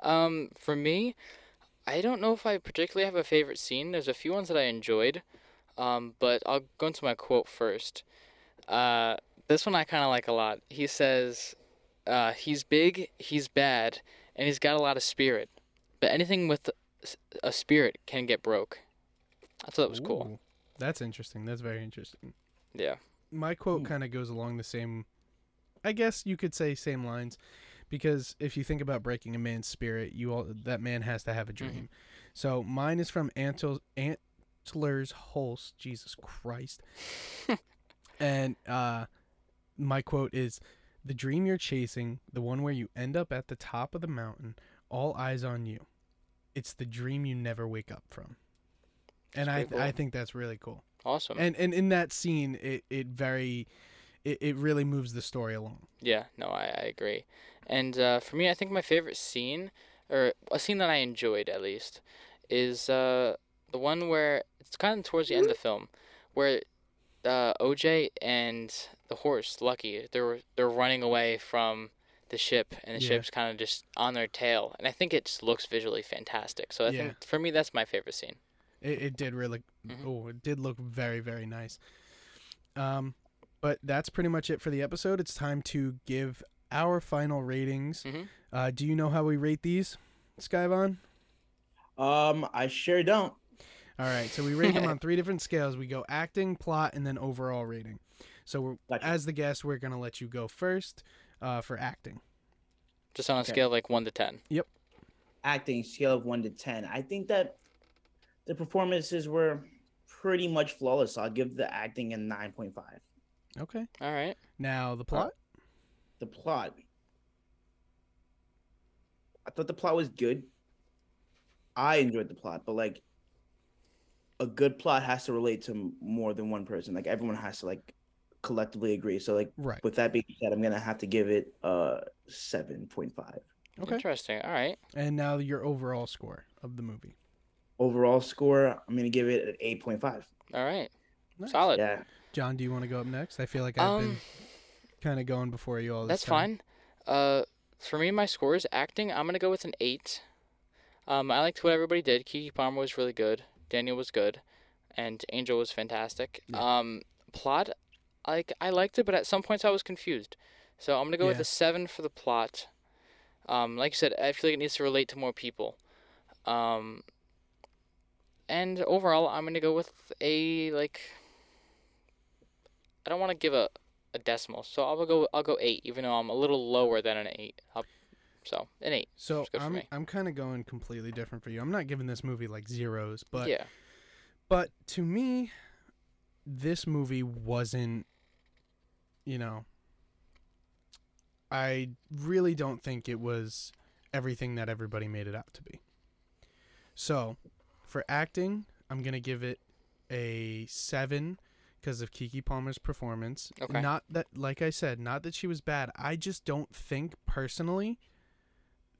Um, for me, I don't know if I particularly have a favorite scene. There's a few ones that I enjoyed, um, but I'll go into my quote first. Uh, this one I kind of like a lot. He says, uh, "He's big, he's bad, and he's got a lot of spirit, but anything with s- a spirit can get broke." I thought that was cool. Ooh, That's interesting. That's very interesting. Yeah. my Hmm. quote kind of goes along the same i guess you could say same lines because if you think about breaking a man's spirit you all that man has to have a Mm-hmm. dream so mine is from Antel, antlers holst jesus christ and uh my quote is the dream you're chasing the one where you end up at the top of the mountain all eyes on you it's the dream you never wake up from and I, pretty cool. I think that's really cool Awesome. and and in that scene it it very it, it really moves the story along Yeah, no, I, I agree. And uh, for me, I think my favorite scene, or a scene that I enjoyed at least, is uh, the one where it's kind of towards the end of the film, where uh, OJ and the horse, Lucky, they're they're running away from the ship, and the Yeah. ship's kind of just on their tail. And I think it just looks visually fantastic. So I Yeah. think for me, that's my favorite scene. it, it did really Mhm. oh it did look very very nice um But that's pretty much it for the episode. It's time to give our final ratings. Mhm. Uh, do you know how we rate these, Skyvon? Um, I sure don't. All right, so we rate them on three different scales. We go acting, plot, and then overall rating. So we're, Gotcha. as the guest, we're gonna let you go first uh, for acting. Just on a Okay. scale of like one to ten. acting scale of one to ten. I think that the performances were pretty much flawless. I'll give the acting a nine point five. Okay. All right. Now the plot. The plot. I thought the plot was good. I enjoyed the plot, but like a good plot has to relate to m- more than one person. Like everyone has to like collectively agree. So like Right. with that being said, I'm gonna have to give it uh seven point five. Okay. Interesting. All right. And now your overall score of the movie. Overall score, I'm gonna give it an eight point five. All right. Nice. Solid. Yeah. John, do you want to go up next? I feel like I've um, been kind of going before you all this that's time. fine. Uh, for me, my score is acting. I'm gonna go with an eight. Um, I liked what everybody did. Kiki Palmer was really good. Daniel was good, and Angel was fantastic. Um, plot, like I liked it, but at some points I was confused. So I'm gonna go with Yeah. a seven for the plot. Um, like you said, I feel like it needs to relate to more people. Um, and overall, I'm gonna go with a like. I don't want to give a a decimal. So I'll go I'll go eight, even though I'm a little lower than an eight. I'll, so an eight. So It's good for I'm me. I'm kind of going completely different for you. I'm not giving this movie like zeros, but yeah. but to me, this movie wasn't. You know, I really don't think it was everything that everybody made it out to be. So, for acting, I'm gonna give it a seven because of Kiki Palmer's performance. Okay. Not that, like I said, not that she was bad. I just don't think personally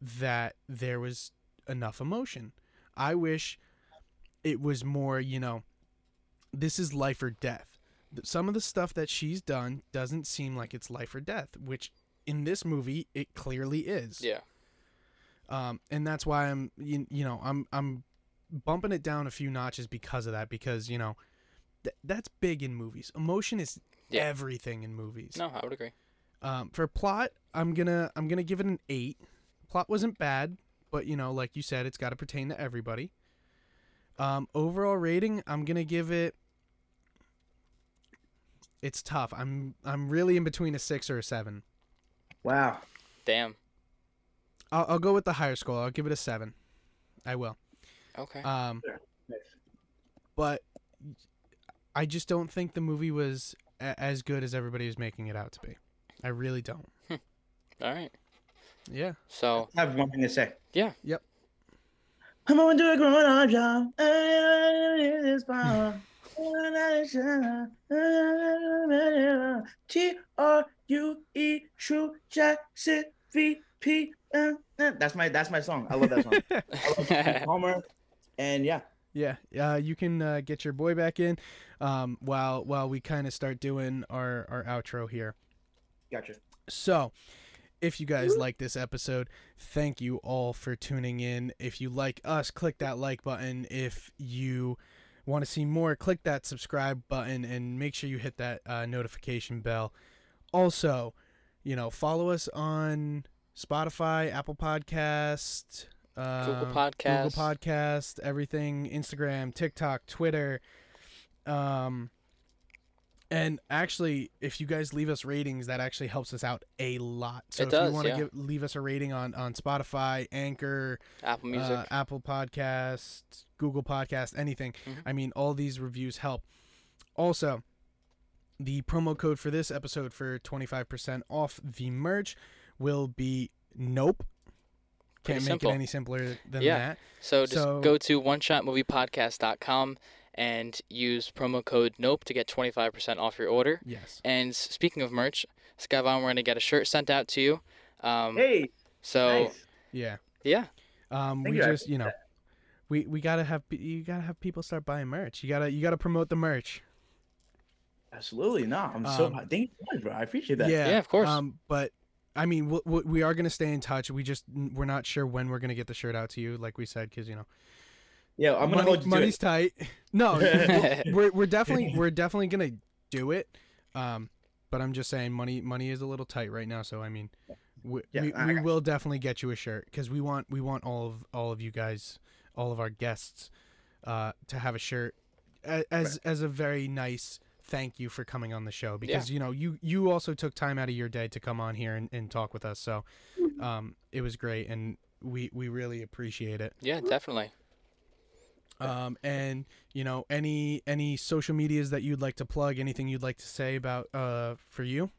that there was enough emotion. I wish it was more, you know, this is life or death. Th- Some of the stuff that she's done doesn't seem like it's life or death, which in this movie it clearly is Yeah. um, and that's why I'm you, you know I'm I'm bumping it down a few notches because of that because you know th- that's big in movies. Emotion is Yeah. everything in movies. No, I would agree. Um, for plot, I'm gonna I'm gonna give it an eight. Plot wasn't bad, but you know, like you said, it's got to pertain to everybody. Um, overall rating, I'm gonna give it. It's tough. I'm I'm really in between a six or a seven. Wow. Damn. I'll, I'll go with the higher score. I'll give it a seven. I will. Okay. Um, Sure. Nice. but I just don't think the movie was a- as good as everybody was making it out to be. I really don't. All right. Yeah. So I have one thing to say. Yeah. Yep. I'm gonna do a grown up job. It's fine. T R U E True Jackson V P N. N. That's my that's my song. I love that song. Homer, and yeah, yeah. Uh, you can uh, get your boy back in um, while while we kind of start doing our our outro here. gotcha. So, if you guys like this episode, thank you all for tuning in. If you like us, click that like button. If you want to see more, click that subscribe button and make sure you hit that uh, notification bell. Also, you know, follow us on Spotify, Apple Podcast, uh, Podcasts. Google Podcast, everything, Instagram, TikTok, Twitter. Um, and actually, if you guys leave us ratings, that actually helps us out a lot. So It if does, you want yeah. to give, leave us a rating on on Spotify, Anchor, Apple Music. uh, Apple Podcast, Google Podcast, anything. Mhm. I mean, all these reviews help. Also, the promo code for this episode for 25% off the merch will be nope. Pretty Can't simple. make it any simpler than Yeah. that. so just so- go to one shot movie oneshotmoviepodcast.com and use promo code NOPE to get 25% off your order. Yes. And s- speaking of merch, Skyvon, we're going to get a shirt sent out to you. Um, Hey, so, nice. Yeah. yeah. Um, Thank we you, I just, you know, we, we gotta have pe- you gotta have people start buying merch. You gotta you gotta promote the merch. absolutely. No, I'm so Um, thank you so much, bro. I appreciate that. Yeah, of course. Um, but I mean, we'll, we- we are gonna stay in touch. We just we're not sure when we're gonna get the shirt out to you, like we said, because you know yeah. I'm gonna money- hold you to money's it. tight. No, we're, we're definitely we're definitely gonna do it. Um, but I'm just saying money money is a little tight right now. So I mean, we, Yeah, we, I we got will definitely get you a shirt because we want we want all of all of you guys, all of our guests, uh, to have a shirt a- as as a very nice thank you for coming on the show because you know you you also took time out of your day to come on here and, and talk with us. So um, it was great and we we really appreciate it. Yeah, definitely. Um, and you know any any social medias that you'd like to plug, anything you'd like to say about uh for you.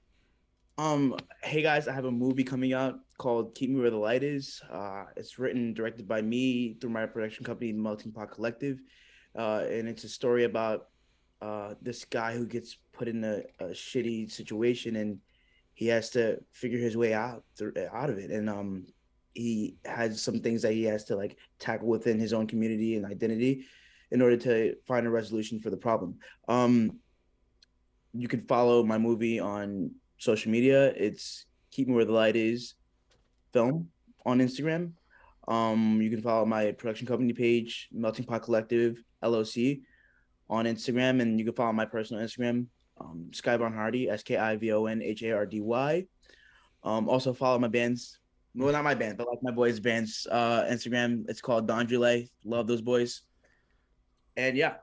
Um, hey guys, I have a movie coming out called Keep Me Where the Light Is. Uh, it's written, directed by me through my production company, Melting Pot Collective. Uh, and it's a story about uh, this guy who gets put in a, a shitty situation and he has to figure his way out through, out of it. And um, he has some things that he has to like tackle within his own community and identity in order to find a resolution for the problem. Um, you can follow my movie on social media. It's Keep Me Where the Light Is film on Instagram. Um, you can follow my production company page, Melting Pot Collective LOC, on Instagram, and you can follow my personal Instagram, um, Skyvon Hardy, S K I V O N H A R D Y. Um, also follow my band's, well, not my band, but like my boys' band's uh, Instagram. It's called Dondrule. Love those boys. And yeah,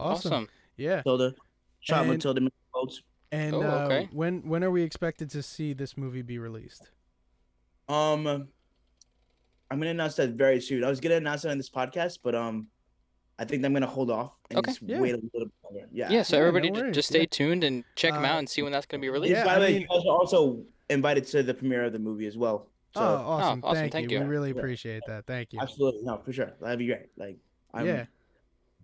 Awesome. Yeah. Matilda, shot And- Matilda Matilda. And Oh, uh, okay. when when are we expected to see this movie be released? Um, I'm gonna announce that very soon. I was gonna announce it on this podcast, but um, I think I'm gonna hold off and Okay. just Yeah. wait a little bit longer. Yeah. Yeah, so yeah, no everybody j- worries, just stay yeah. tuned and check them Uh, out and see when that's going to be released. yeah, By I the way, mean- you guys are also invited to the premiere of the movie as well. So oh, awesome. awesome, Thank, thank you. you. We really Yeah. appreciate that. Thank you. absolutely, no, for sure, that'd be great. Like, I'm yeah.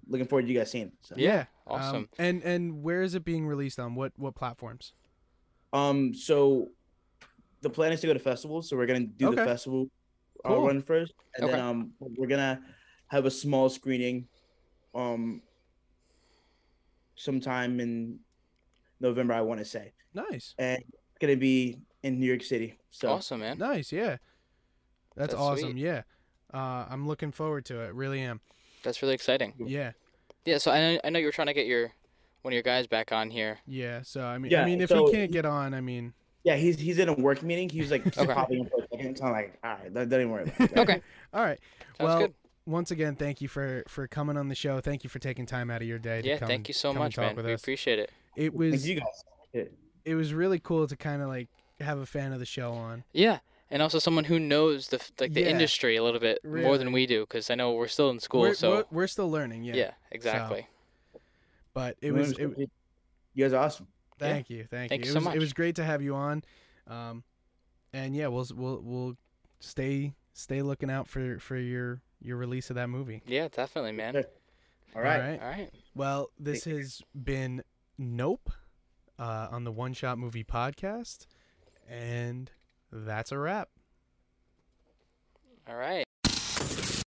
looking forward to you guys seeing it. So. Yeah. Um, Awesome. and and where is it being released on? What what platforms? Um, so the plan is to go to festivals, so we're gonna do Okay. the festival uh, Cool. run first, and Okay. then um, we're gonna have a small screening, um, sometime in November, I want to say, Nice. and it's gonna be in New York City. So awesome, man. Nice. Yeah. That's, That's awesome. sweet. Yeah. Uh, I'm looking forward to it. Really am. That's really exciting. Yeah. Yeah, so I know, I know you were trying to get your one of your guys back on here. Yeah. So I mean, I Yeah, mean, if so- he can't get on, I mean, yeah, he's he's in a work meeting. He was like just Okay. popping in for a second. So I'm like, all right, don't, don't even worry. About it. Okay. all right. Sounds well, good. once again, thank you for for coming on the show. Thank you for taking time out of your day. To Yeah, come and- thank you so come and much, talk man. with We us. appreciate it. It Thank was you guys. it was really cool to kind of like have a fan of the show on. Yeah, and also someone who knows the f- like the Yeah. industry a little bit more than we do, because I know we're still in school. we're, so we're, we're still learning, yeah. yeah, exactly. But it was, Remember, it, you guys are awesome. thank you, thank, you. Thank you it so was, It much. was great to have you on, um, and yeah, we'll we'll we'll stay stay looking out for for your your release of that movie. Yeah, definitely, man. Sure. All right. All right. Well, this has been Nope uh, on the One Shot Movie Podcast, and that's a wrap. All right.